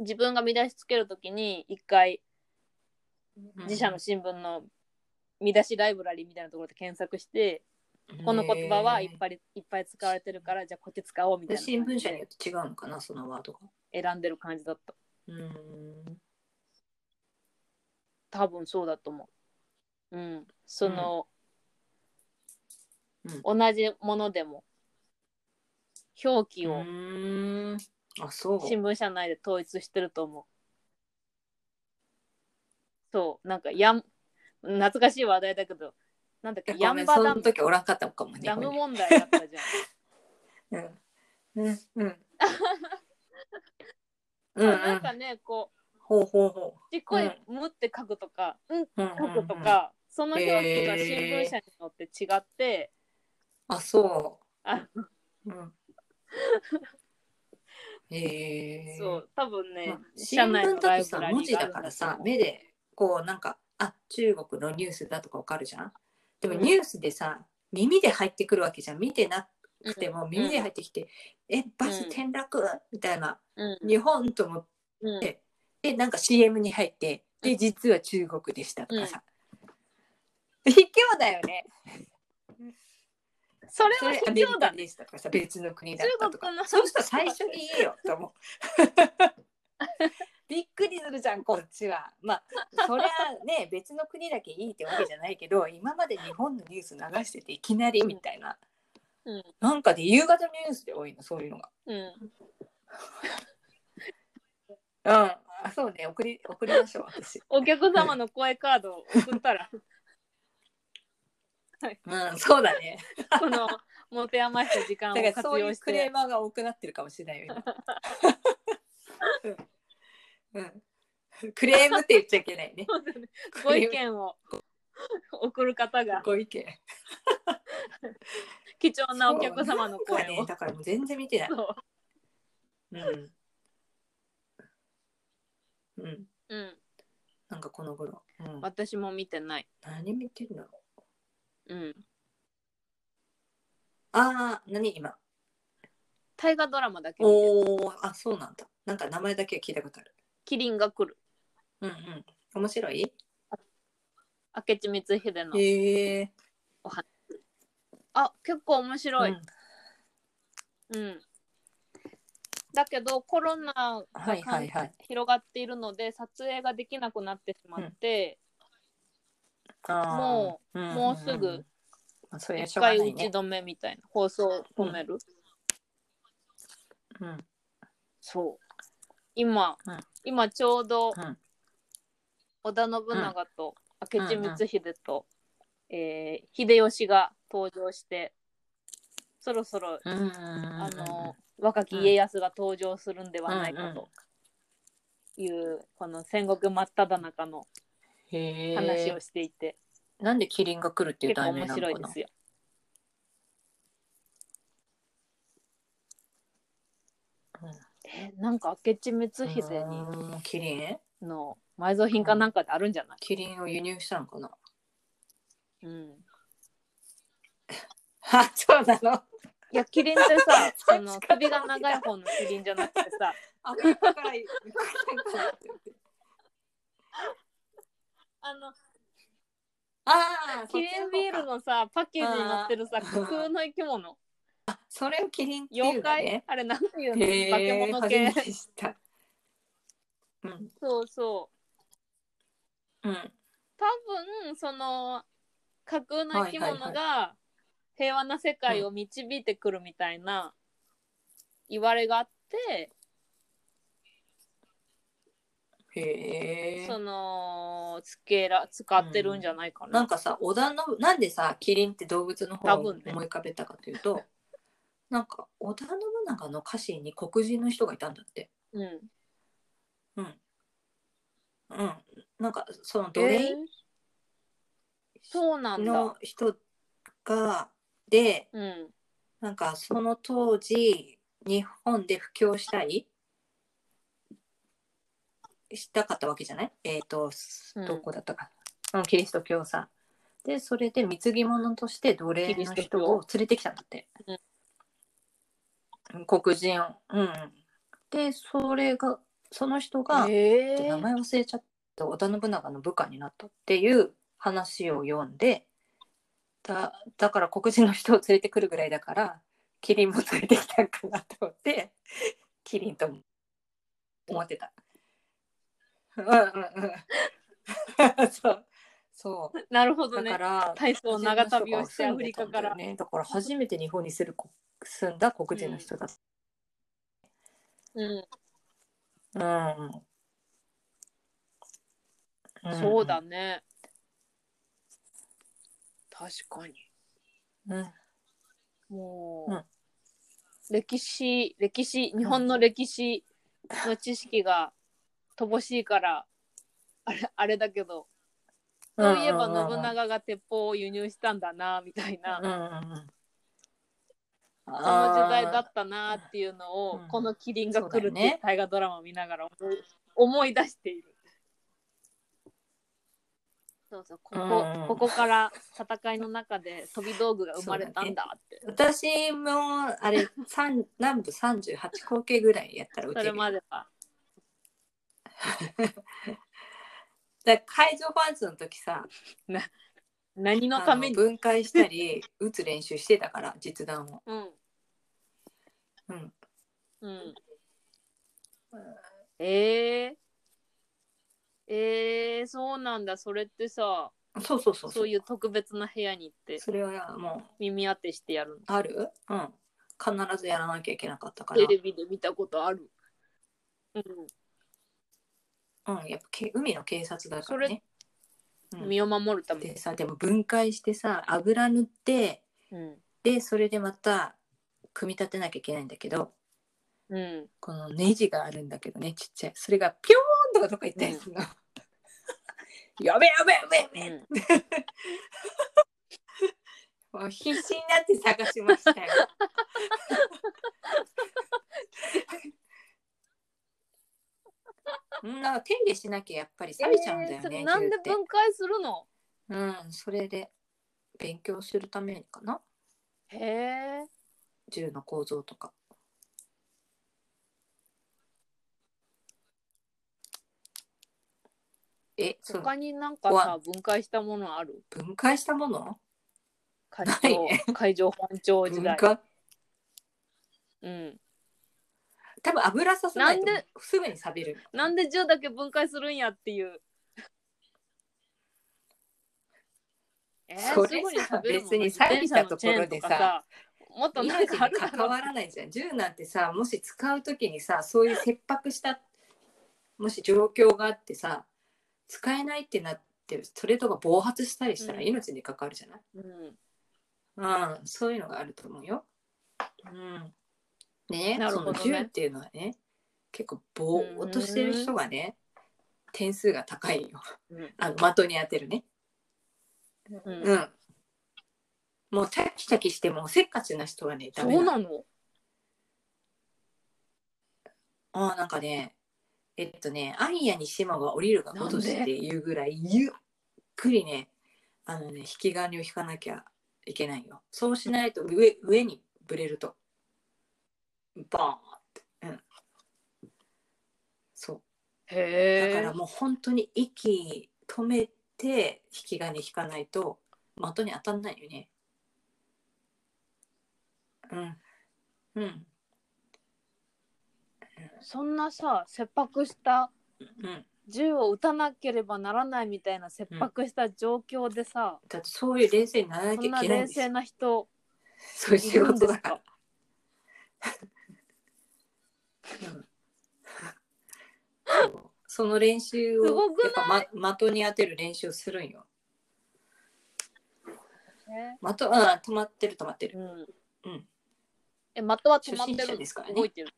自分が見出しつけるときに一回自社の新聞の見出しライブラリーみたいなところで検索して、この言葉はいっぱいいっぱい使われてるからじゃあこっち使おうみたいな新感聞じ社にでよって違うのかなそのワードが選んでる感じだった。うん多分そうだと思う。うん。その、同じものでも、表記うをんあそう新聞社内で統一してると思う。そう、なんかやん、懐かしい話題だけど、なんだっけ、やヤんンばバそダのム時おらんかったのかもね。ダム問題だったじゃん。うんうんうん。うそう ん うなんんか。ね、こう、ほうほうほちっこい「む」って書くとか「うん」う。うんうん書うくんとか、その表記が新聞社によって違って、あそあう。うん。へえ。そう、多分ねまあ、社新内のラ聞だとイブさラリ文ー字があだるんからと思さう目でこうなんかあ中国のニュースだとかわかるじゃんでもニュースでさ耳で入ってくるわけじゃん見てなくても耳で入ってきて「えバス転落?」みたいなうん日本と思っうんてでなんか CM に入ってで実は中国でしたとかさ、 卑怯だよねそそれはれア卑メリ怯だカね。ですとかさ別の国だったとか中国のそうしたら最初に言えよ と思うびっくりするじゃんこっちはまあそりゃね 別の国だけいいってわけじゃないけど今まで日本のニュース流してていきなりみたいな、うんなんかで夕方ニュースで多いのそういうのがうん。うんあそうね送り送りましょう私お客様の声カードを送った ら、うんそうだねこの持て余した時間だをからそう活い用うしクレてー。マーが多くなってるかもしれない よ今うん、うん、クレームって言っちゃいけないね そうだねご意見を送る方がご意見貴重なお客様の声そうなんかねを。だからもう全然見てないそうんうんう。うん。なんかこの頃、うん、私も見てない。何見てんだろううん。ああ何今大河ドラマだけ見てる。おおあそうなんだなんか名前だけは聞いたことあるキリンが来る。うんうん面白い明智光秀の。へえあ、結構面白い。うん。だけどコロナがはいはいはい広がっているので撮影ができなくなってしまって、あーもうんんんもうすぐまあそれはし一ょうがな回打いちね止めみたいな放送を止める、うんそう今、うん今ちょうどうん織田信長と明智光秀と、えー秀吉が登場してそろそろ、うんうんうんうんあの若き家康が登場するんではないかという、この戦国真っ只中のへえ話をしていて、なんでキリンが来るっていう結構題名面な白のいかでなすよ。えなんか明智光秀にうんキリンの埋蔵品かなんかであるんじゃない、キリンを輸入したのかな うん、あそうなのいやキリンってさ そっちかその首が長い方のキリンじゃなくて さアメリカから行くかなってあのああキリンビールのさパッケージに載ってるさあー架空の生き 物それをキリンってい妖うの怪、ね。あれなんていうのへえ化け物初系めて知った。うんそうそううん多分その架空の生きは物いはいが平和な世界を導いてくるみたいな言われがあって、へえそのつけら使ってるんじゃないかな、なんかさ織田のなんでさキリンって動物の方多を分ね思い浮かべたかというと、 なんか織田信長の家臣に黒人の人がいたんだって。うんうんうんなんかそのえ奴隷ーそうなんだの人がでうんなんかその当時日本で布教したりしたかったわけじゃないえっ、とすうんどこだったか、うん、キリスト教さでそれで貢ぎ物として奴隷のキリス人ト教を連れてきたんだって、黒人をうんうんでそれがその人が、え名前忘れちゃった織田信長の部下になったっていう話を読んでだだから黒人の人を連れてくるぐらいだからキリンも連れてきたんかなと思ってキリンと思ってた。うんうんうん、 そうそうなるほどだかねら体操長旅をしてアフリカから黒人の人が住んでたんだよねだから初めて日本にするこ住んだ黒人の人だったうん、うんうんそうだね確かにうんもうんう、歴史歴史日本の歴史の知識が乏しいからあれあれだけどそういえば信長が鉄砲を輸入したんだなみたいな、そのその時代だったなっていうのを、うんこの「キリンが来る」っそうてだいよねう大河ドラマを見ながら思い思い出している。そうそうここ、うんうんここから戦いの中で飛び道具が生まれたんだって私もあれ三南部38口径ぐらいやったらそ,、打てれるまではだから海上保安庁の時さ何のあためのに分解したり打つ練習してたから実弾を、うんうん、うんえー、えー、そうなんだそれってさそうそうそうそうういう特別な部屋に行ってそれはも耳当てしてやるんだうあるうん必ずやらなきゃいけなかったからテレビで見たことあるうんうん、やっぱけ海の警察だからね。うん身を守るためにでさでも分解してさ油塗ってうんでそれでまた組み立てなきゃいけないんだけどうんこのネジがあるんだけどねちっちゃいそれがピョーンとかどっか行ったりするの。 やべやべやべやべ、うんもう必死になって探し ましたよ。うんなんか手入れしなきゃやっぱり錆びちゃうんだよえーそね。れなんで銃って分解するのうん、それで勉強するためにかなへえ銃の構造とか。え、そう他になんかうさわ分解したものある分解したもの海ない上ね海上保安庁時分代、解うん、多分油させないとなんですぐに錆びる。なんで銃だけ分解するんやっていう えー、そすれさぐに食べるもん別に錆びたところで自転車のチェーンとさかさもっとなん命かあにるだ関ろわらないじゃん。銃なんてさ、もし使うときにさ、そういう切迫した、もし状況があってさ、使えないってなって、それとか暴発したりしたらうん命に関わるじゃない、うんうん、そういうのがあると思うよ。うん、ねなるほどねその銃っていうのはね結構ぼーっとしてる人がね点数が高いようんあの的に当てるね。ううんん、もうチャキチャキしてもうせっかちな人はねダそメうななのあーなんかねえっとね「アイヤに島は降りるがごとし」なんっていうぐらいゆっくりねあのね引き金を引かなきゃいけないよ。そうしないと上上にぶれるとバーンって。うんそうだかへらもう本当に息止めて引き金引かないと的に当たんないよね。うん。うん。えそんなさ切迫したうん。銃を撃たなければならないみたいな切迫した状況でさ、だってそういう冷静にならなそきんゃないけないん冷ですよ静な人そういうい仕るん事ですだからか。そうその練習をすごくやっぱ、ま、的に当てる練習をするんよ。ね的、うん、止まってる止まってる。うん。うんえ、的は止まって初心者るですからね動いてる。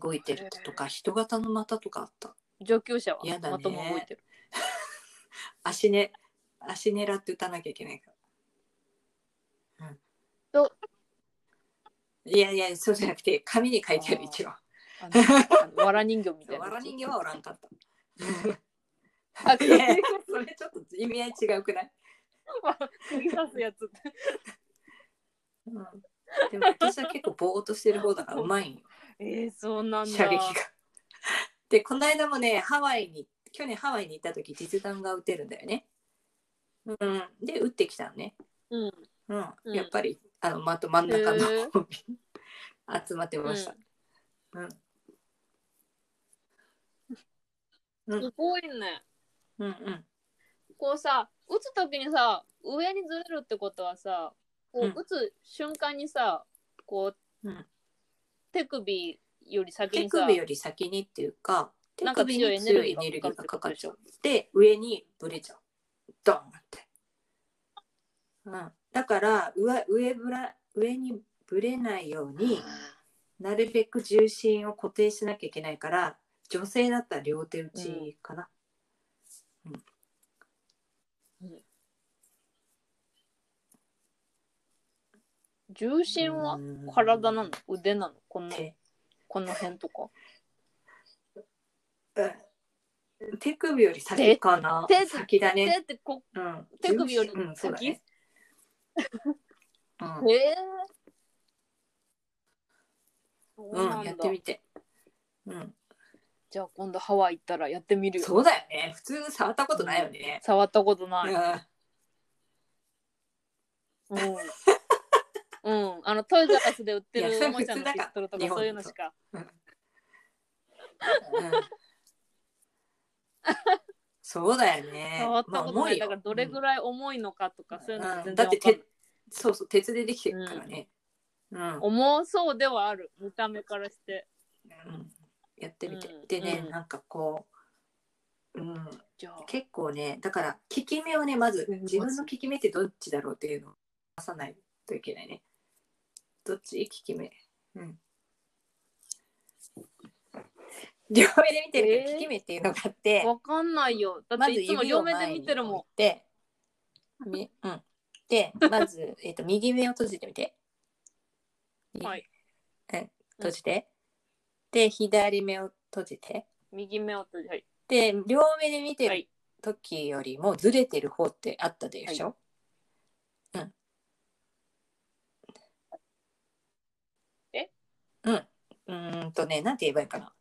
動いてるとか人型の的とかあった。上級者はやだね的も動いてる。足ね足狙って打たなきゃいけないから。うんといやいやそうじゃなくて紙に書いてあるあー一応。あのあの わら人形みたいなやわつ。ら人形はおらんかった。あ、 い釘やそれちょっと意味合い違うくない、釘刺すや つ。うん、でも私は結構ぼーっとしてる方だからうまいんよえー、そうなんだ。射撃が。でこの間もねハワイに去年ハワイに行った時実弾が撃てるんだよね。うん、で撃ってきたのね。うん。うんうんやっぱりあのまと真ん中のへー方に集まってました。うんうんすごいね。うんうんこうさ、打つときにさ、上にずれるってことはさ、こうんう打つ瞬間にさ、こう、うん手首より先手にさ、首より先にっていうか手なんか首に強いエネルギーがかかっちゃって上にぶれちゃうドーンって、うん、だから上上ぶら上にぶれないようになるべく重心を固定しなきゃいけないから女性だったら両手打ちかな、重心はうん体なの腕なのこの手この辺とか。うん手首より先かな手手先だ手ね、ってこ、うん、手首よりうん、そうだね、 うんへえ。そううなんん、だ、やってみて。うん、じゃあ今度ハワイ行ったらやってみるよ。そうだよね。普通触ったことないよね。触ったことうない。 ん、うん。うん、あのトイザラスで売っていやるそれおもちゃの普通だピからストルとか日本そういうのしか。うんそうだよね。触ったことまあ重ない。よだからどれぐらい重いのかとかそういうのうん全だ然わってかんない手。そうそう、鉄でできてるからね。うん。重そうではある。見た目からして。うんやってみて。うんでね、うんなんかこう、うん、じゃあ。結構ね、だから、効き目をね、まずうん、自分の効き目ってどっちだろうっていうのを出さないといけないね。どっち効き目。うん。両目で見てるけえーど、効き目っていうのがあって、わかんないよ。だっまてずいつも指を両目前でに見てるもん置。いてみうん。で、まず、 えっと、右目を閉じてみて。はい。うん閉じて。で、左目を閉じて。右目を閉じはい。で、両目で見てはるい。時よりもずれてる方ってあったでしょ、うん。うーんとね、なんて言えばいいかな。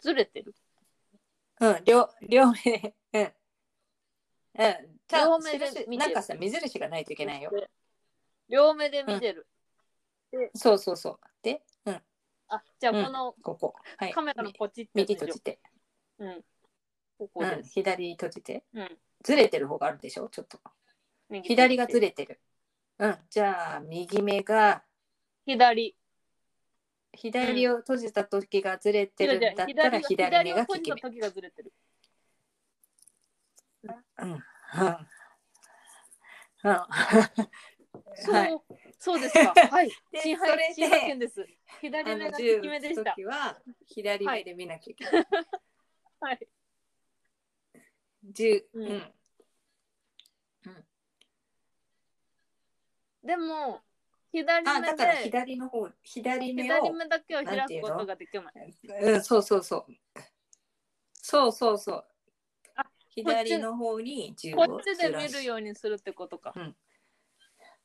ずれてる。うん、両、両目。うん。うん。ちゃん両目で印見てなるんかさ、目印がないといけないよ。両目で見てる。そうそうそう。で、うん、あ、じゃあうんこのここ。はい。カメラのポチってやつ右でしょ閉じて。うん。ここうでん、す。左閉じて。うん。ずれてる方があるでしょちょっと。右左がずれ。れてる。うん。じゃあ、右目が、左。左を閉じた時がずれてるんだったら、左が左目左をが閉利じきた目。時がずれてる。うん。うん。うん。そう、はいそうです か。はい。で新それ発で新発見です。左あ目のが銃利撃き目でつした。時は左目で見なきゃいけない。 はい。銃、うんうん。でも、左あ、目だからで、左の方、左目左を、目だけを開なんていくうこのとができない。うん、そうそうそう。そうそうそうあ。左の方に銃こをっちで見るようにするってことか。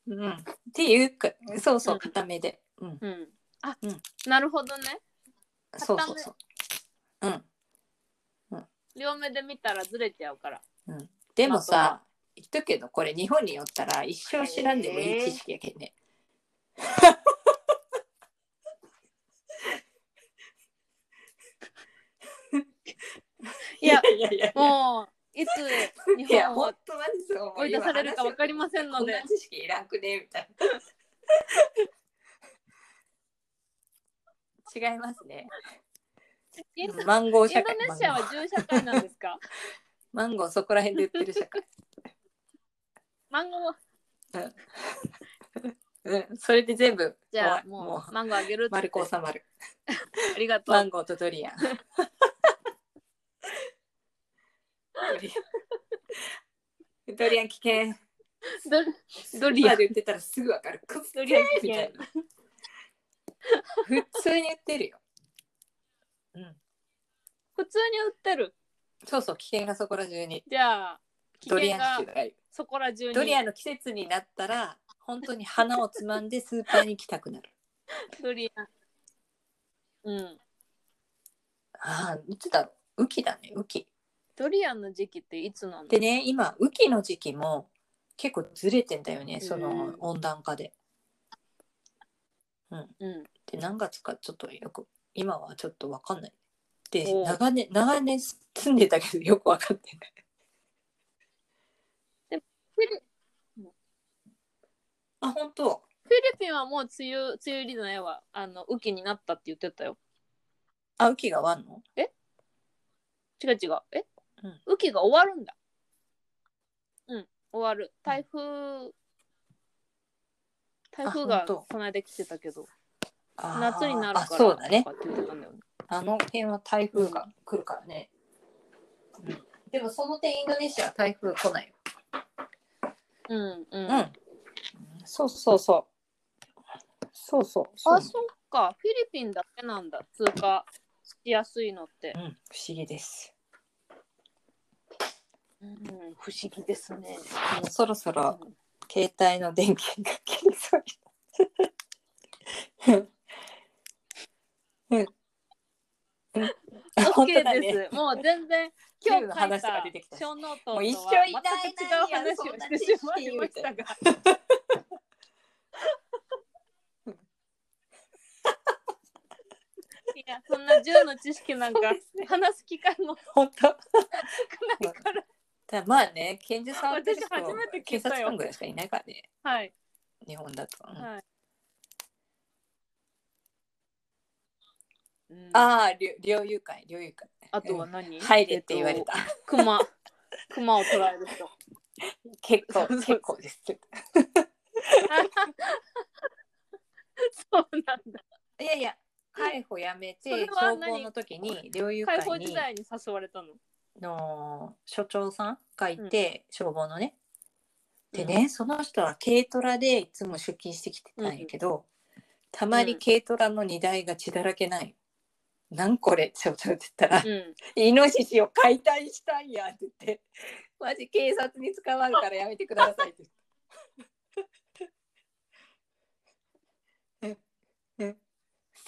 うん、っていうか、そうそうう、ん固めで。うん、うん。あ、うんなるほどね。そうそうそう。うん、両目で見たらずれちゃうから。でもさ、言っとくけど、これ日本によったら一生知らんでもいい知識やけんね。いや、いやいやいや。もう、いつ日いや、本本を当マジそう。追い出されるかわかりませんこのんなで、知識いらんくねみたいな。違いますね。インドマンゴーイン社ド会。ネシアは銃社会なんですかマンゴーマンゴーそこら辺で売ってる社 会。マンゴー、うん、それで全部。じゃあ終わもう、マンゴーあげるって。う丸く収まる。ありがとマンう。ゴーとドリアン。 ドリアンドリアン危険。ドドリアンスーパーで売ってたらすぐわかる。こっドリアン危険みたいな。普通に売ってるよ。うん。普通に売ってる。そうそう、危険がそこら中に。じゃあ、危ドリ険アがン種がいるそこら中に。ドリアンの季節になったら、本当に花をつまんでスーパーに行きたくなる。ドリアン。うん。ああ、いつだろう。雨季だね、雨季。ドリアンの時期っていつなのでね、今、雨季の時期も結構ずれてんだよね、そうんの温暖化で。うん。うん。で、何月かちょっとよく、今はちょっとわかんない。で、おう長年、長年住んでたけどよくわかってない。フィリあ、本当フィリピンはもう梅雨、梅雨入りの絵は、あの、雨季になったって言ってたよ。あ、雨季が終わんの違う違う。え、うん雨季が終わるんだ。うん、終わる。台風、台風があ本この間来てたけど、あー夏になるからあ、そうだねと。かって言ってたんだよね。あの辺は台風が来るからね。でもその点インドネシアは台風来ないよ。うんうん。うあ、ん。そうそうそう。そうそう。そっか。フィリピンだけなんだ。通貨しやすいのってう、ん、不思議です。うん、不思議ですね。あのそろそろうん携帯の電源が切れそうに うん。うん。本当 OK だです、ね。もう全然今今日書日のいた話が出てきた。小ノートと もはう全一く違生いらないう話をしてしまいましたが。いやそんな銃の知識なんかそうですね話す機会も本当。少ないからだ まあね、検事さんって私人初めて聞警いた察よ官ぐらいしかいないからね、はい日本だと。うんはい、うんああ、猟猟友会、猟友会。あとは何入れって言われた。熊熊を捕らえる人 結そ構 う、そう結構です。そうなんだいやいや、逮捕やめて、それは消何防の時に猟友解会放時に代に誘われたのの所長さんがいて、消防のね。でね、うその人は軽トラでいつも出勤してきてたんやけど、たまうにん軽トラの荷台が血だらけない。なんこれ所長って言ったらう、んイノシシを解体したんやって言って、マジ警察に捕まるからやめてくださいって言って。ええ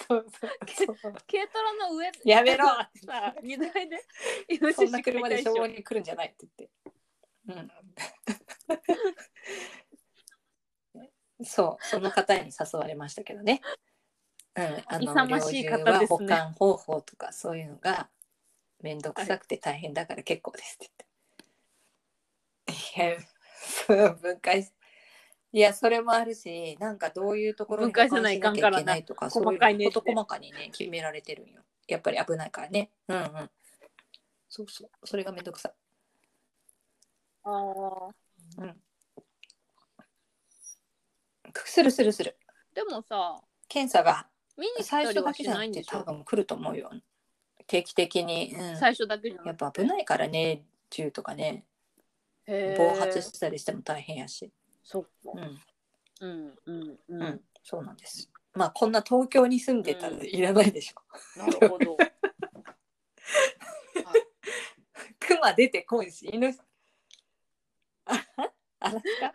そうそうそう。軽トラの上 やめろ さ荷台でイノシシそんな車で解体消防しよに来るんじゃないって言って。うん。そう、その方に誘われましたけどね。うん、あ勇の、ま猟しい銃方はです保ね管方法とかそういうのが面倒くさくて大変だから結構ですって言って。いや、そう 分解しいや、それもあるし、なんかどういうところに分解せないかんからな保管しなきゃいけないとか、そうい細うかいねの事細かにね、決められてるんよ。やっぱり危ないからね。うんうん。そうそう、それがめんどくさい。うあうん。するするする。ーでもさ検査が見に来最たり初だはけしじゃなないくんてでし多ょ分来ると思うよ。定期的に。うん、や最初だけじゃなっくぱ危ないからね、銃とかね、て暴発へーしたりしても大変やし。そっかううんん、うんううんん、そうなんです。まあこんな東京に住んでたらいらないでしょ。 なるほど熊出てこいし、犬。あはアラスカ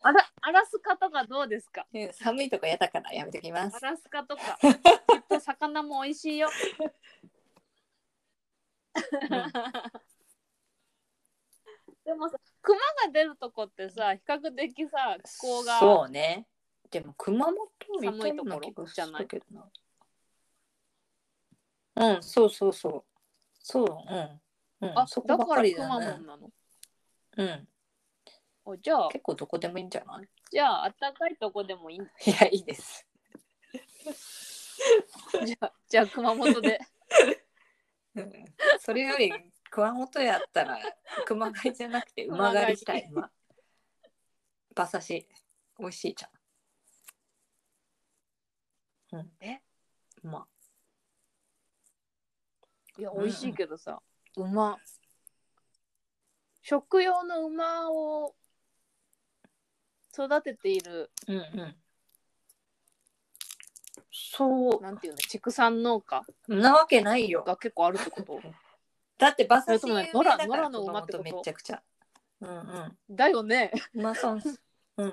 あらアラスカとかどうですかうん寒いとこ嫌だからやめときますア。ラスカ とかきっと魚も美味しいようんでもさ熊が出るとこってさ比較的さ気候がそうねでも熊本みた寒いいとなこ気ろがじゃないするけどなうんそうそうそうそううん、うん、あそこだばっかからりくだまよモねンなのうんおじゃあ結構どこでもいいんじゃないじゃあ暖かいとこでもいいんだいやいいですじゃあじゃあ熊本 でうんそれより熊本やったら熊狩りじゃなくて馬狩りしたい馬馬刺し美味しいじゃんうんえまあいや美味しいけどさ、馬食用の馬を育てているうんうんそうなんていうの畜産農家なわけないよ。が結構あるってことだってバそれスとシも有ね名だから野良野良の馬ってこと熊本めちゃくちゃ。うんうん。だよね馬さ ん、うん。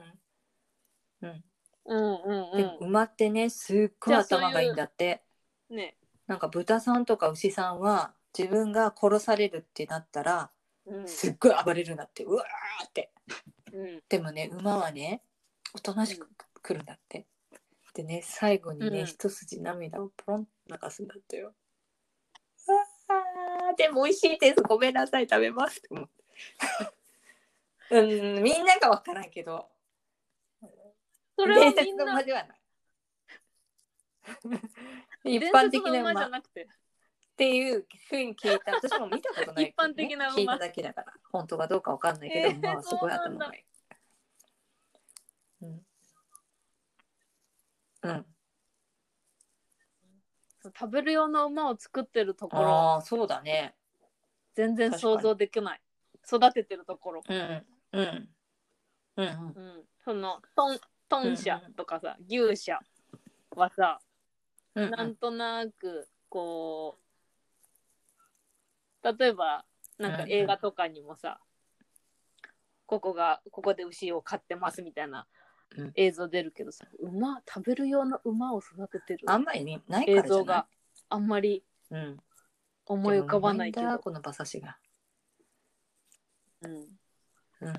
うんうんでも馬ってね、すっごじいゃあそういう頭がいいんだって。うんねなんか豚さんとか牛さんは自分が殺されるってなったら、うんすっごい暴れるんだって。うわーって。うんでもね、馬はね、おとなしく来るんだって。でね、最後にね、うん一筋涙をポロンと流すんだってよ。あーでも美味しいです。ごめんなさい。食べます。って思って。 うん、みんながわからんけど、それは伝み説んのな馬で はない。一伝般説的のな馬じ馬ゃっなくてていうふうに聞いた。私も見たことないけど、一般的な馬聞いただけだから、本当かどうかわかんないけど、えー馬はすごいそうなん頭だがいい。うん。うん。食べる用の馬を作ってるところああ、そうだね。全然想像できない育ててるところ、うん。うん。うんううん。ん、そのトントン社とかさ牛舎はさうんう なんん。となくこう例えばなんか映画とかにもさ、ここがここで牛を飼ってますみたいなうん映像出るけどさ、馬食べる用の馬を育ててるあんまりねないか映らじゃ像ながあんまりいうん思い浮かばないけでもうまんだど、この馬刺し がうんうん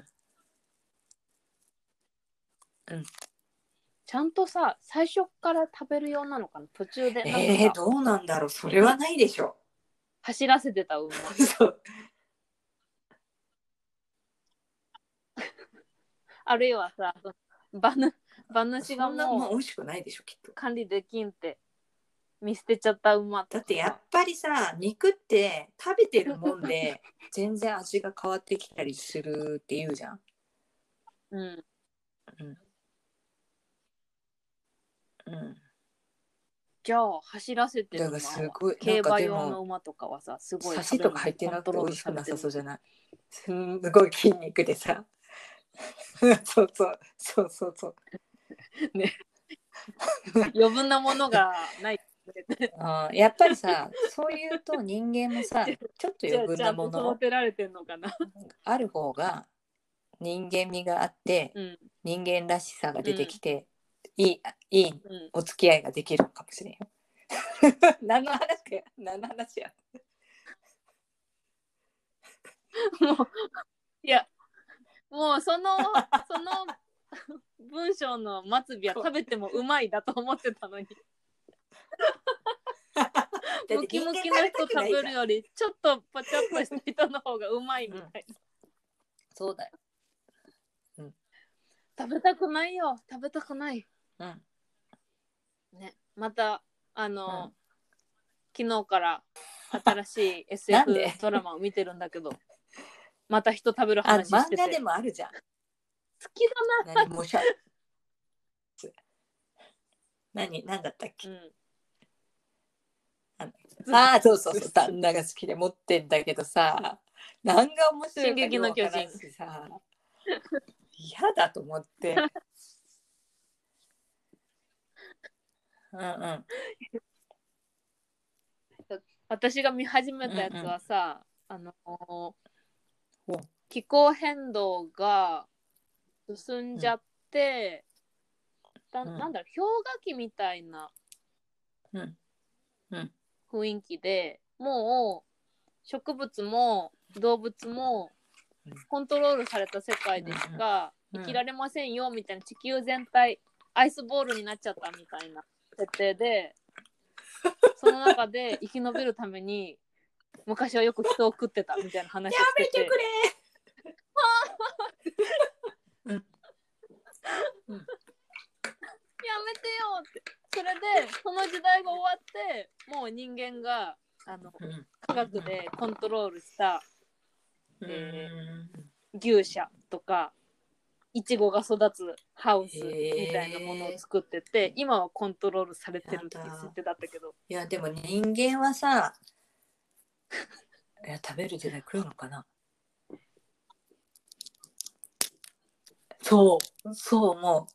ちゃんとさ最初から食べる用なのかな途中でなんかさ、えー、どうなんだろうそれはないでしょ 走らせてた馬そうあるいはさ馬 主馬主がそんなももうう美味しくないでしょきっと管理できんって見捨てちゃった馬とかだってやっぱりさ肉って食べてるも んで全然味が変わってきたりするって言うじゃんうんうんじゃあ走らせてるだ馬からはすごいな競んか馬で用のも馬とかはさすごいサシとか入ってなくて美味しくなさそうじじゃないすんごい筋肉でさ そうそうそうそうそうゃん余分なものがないあーやっぱりさそういうと人間もさちょっとじゃ余あ分ちゃなんもとの育てられてんのかなある方が人間味があってうん人間らしさが出てきて、いいいいうんお付き合いができるのかもしれんよ。 何の話か何の話や。 もういやもうそのその文章の末尾は食べてもうまいだと思ってたのにムキムキの人食べるよりちょっとパチャッとした人の方がうまいみたいな、そうだよ。食べたくないよ食べたくないうん。ねまたあの、うん昨日から新しい なん SF でドラマを見てるんだけどまた人食べるあ話のして漫て画で好もあるじゃん。き何もしゃ。何何だったっけだ。な、うんああそうそうそう旦那が好きで持ってんだけどさ何が面白い進撃の巨人かよくわからんしさ嫌だと思ってうんうん私が見始めたやつはさ、あのお気候変動が進んじゃって、だうんなんだろう氷河期みたいなうんうん雰囲気でもう植物も動物もうんコントロールされた世界でしかうん生きられませんよみたいな地球全体アイスボールになっちゃったみたいな設定で その中で生き延びるために昔はよく人を食ってたみたいな話をしててやめてよってそれでその時代が終わってもう人間があのうん科学でコントロールしたうん牛舎とかいちごが育つハウスみたいなものを作ってて、今はコントロールされてるっていう設定だったけどいやでも人間はさいや食べる時代来るのかなそうそうも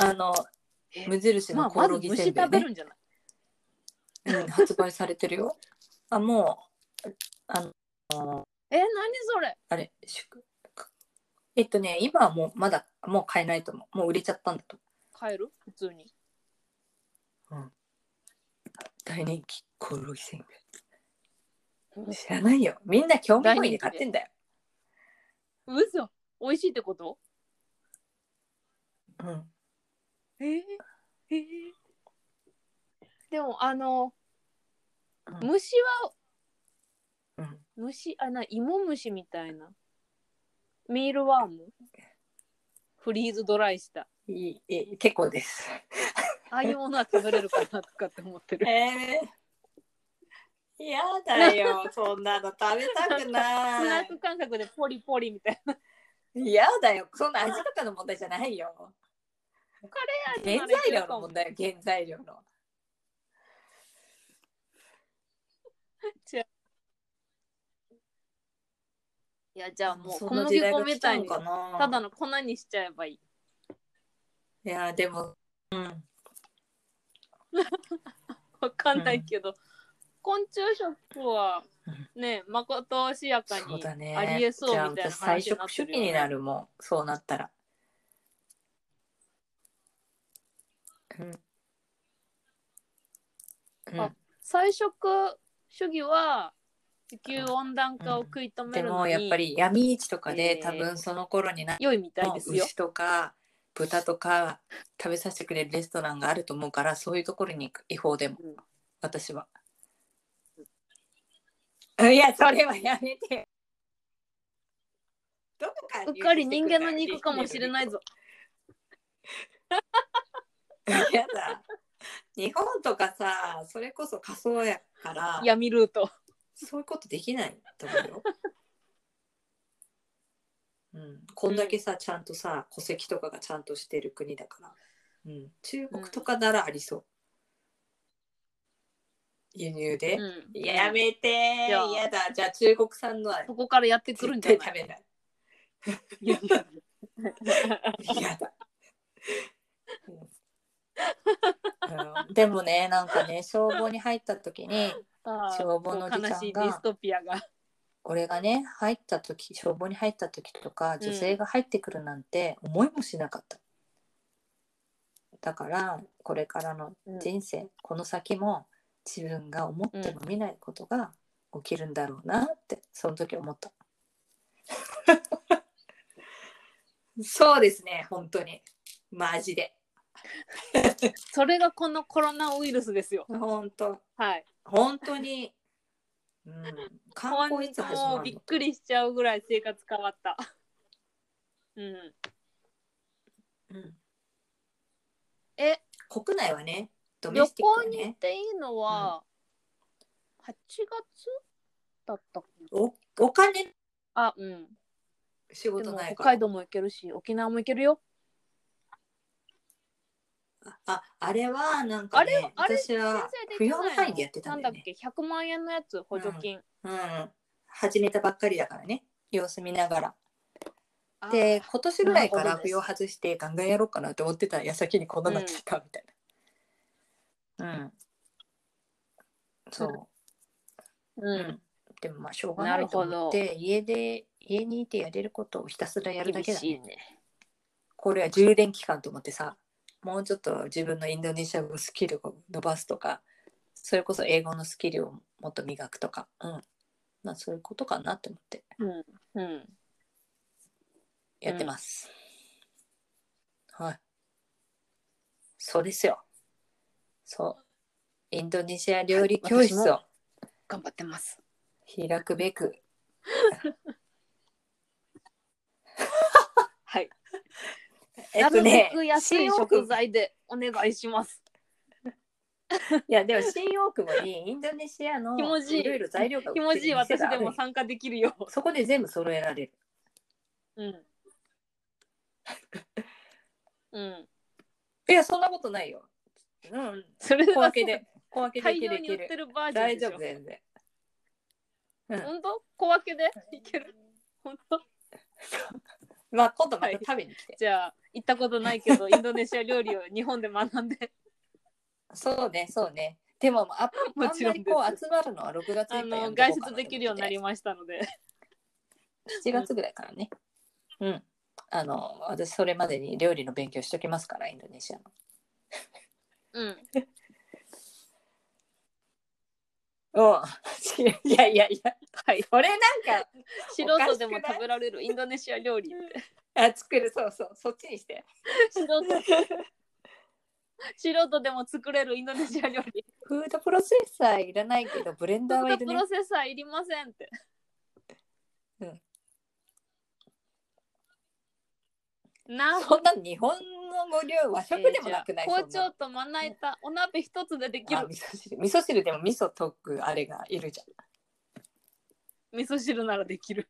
うあのえ無印まのあコオまロずギ虫せんべい食べねるんじゃない、うん、発売されてるよ。あ、もう、あの、え何それあれ、宿えっとね、今はもうまだ、もう買えないと思う。もう売れちゃったんだと思買える普通にう。大人気、コオロギせんべうんい。知らないよ。みんな興味本位で買ってんだよ。嘘美味しいってことうん。えー、えーでもあのうん虫はうん、虫あな芋虫みたいなミールワームフリーズドライしたいいいい結構です。ああいうものは食べれるかなとかって思ってる ええやだよ、そんなの食べたくスナな。ック感覚でポリポリみたいないやだよ、そんな味とかの問題じゃないよ。原材料の問題よ、原材料の。いやじゃあもうそ小の麦時代粉が来みたたいのにかなただの粉にしちゃえばいいいやでも、うん、わかんないけど、昆虫食はね、まことしやかにそうだねありえそうじゃあみたいな私話になっ菜食て主る義よにねなるもんそうなったらうんうんあ菜食主義は地球温暖化を食い止めでるのもに、やっぱり闇市とかで、えー多分その頃にな良いみたいですよ。牛とか豚とか食べさせてくれるレストランがあると思うからそういうところに行く違法でもうん私は。いやそれはやめて。どこかうっかり人間の肉かもしれないぞ。やだ。日本とかさそれこそ仮想やから闇ルート。そういうことできないと思うよ。 うん、こんだけさちゃんとさ戸籍とかがちゃんとしてる国だから、うん、中国とかならありそう、輸入で、うんいややめてーじゃあやだじゃあ中国産のはそこからやってくるん絶じゃ対な食いべないいやいや やだ。うん、でもねなんかね消防に入った時に あー消防のおじちゃんが悲しいディストピアが。俺がね入った時消防に入った時とか女性が入ってくるなんて思いもしなかった、だからこれからの人生、この先も自分が思っても見ないことが起きるんだろうなってその時思った そうですね本当にマジでそれがこのコロナウイルスですよ。本当はい。本当に、うん、観も光いつ始まうびるっのくりしちゃうぐらい生活変わった。うん。うんえ、国内はねドメ旅スティッ行クはに行っねていいのは、8月だったっけおお金あ、うん。仕で事もない北から海道も行けるし、沖縄も行けるよ。ああれはなんか、ね、あれ私は不申要請のできない範囲でやってたんだよなんだっねけ、100万円のやつ、補助金。うん始めたばっかりだからね様子見ながらあーで今年ぐらいかなるほらど不です要外してガンガンやろうかなと思ってた矢先にこんなになってたみたいなうん、そうう。うんんでもまあしょうがないとなる思ほどって家で家にいてやれることをひたすらやるだけだ、ね、いね。これは充電期間と思ってさもうちょっと自分のインドネシア語スキルを伸ばすとかそれこそ英語のスキルをもっと磨くとか、うん、まあそういうことかなと思ってうん。うん。やってます、はいそうですよそうインドネシア料理教室を頑張ってます。開くべくはい。えっとねなるべく安い新大久食保材でお願いし ます。いやでも新大久保にインドネシアの気持ちいいいろいろ材料が気売ってる持ちいい店私があでるんよも参加できるよ。そこで全部揃えられるうん。うん。いやそんなことないよ うんそれ小は分けで小分けで大いけ量るにい売けっるてるバージョン大でし丈ょ夫全然本当小分けでいける本当まあ今度また食べに来て、じゃあ行ったことない けどインドネシア料理を日本で学んでそうねそうねでもあ もあんちまろりんでこうす集まるのは6月いあっぱいの外出できるようになりまましたのです7月ぐらいからねうんあの私それまでに料理の勉強しときますからインドネシアのうんうんいやいやいやはいこれなんか素人でも食べられるインドネシア料理あ作るそうそうそっちにして素人素人でも作れるインドネシア料理フードプロセッサーいらないけどブレンフダーーはいドるプねロセッサーいりませんってうんな そんな日本のご料和食でもなくない、えーじそんゃあ包な丁とまな板お鍋一つでできある味噌汁味噌汁でも味噌溶くあれがいるじゃん味噌汁ならで きる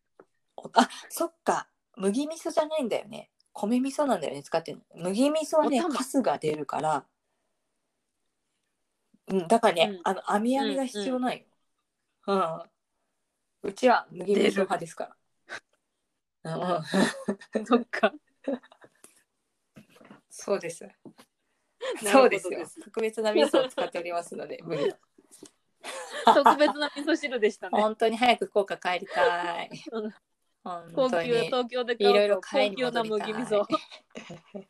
おあそっか麦味噌じゃないんだよね米味噌なんだよね使ってるの麦味噌はねお玉カスが出るからうんだからね、うんあの網やみが必要ないよ、うんうちは麦味噌派ですからうんうんそっ かそ うですどそうですよです特別な味噌を使っておりますので麦の特特別な味噌汁でしたね。本当に早く福岡帰りたい うん。本高当級、に。東京でいろ買と高いうろ買いに級な戻りたい麦味噌。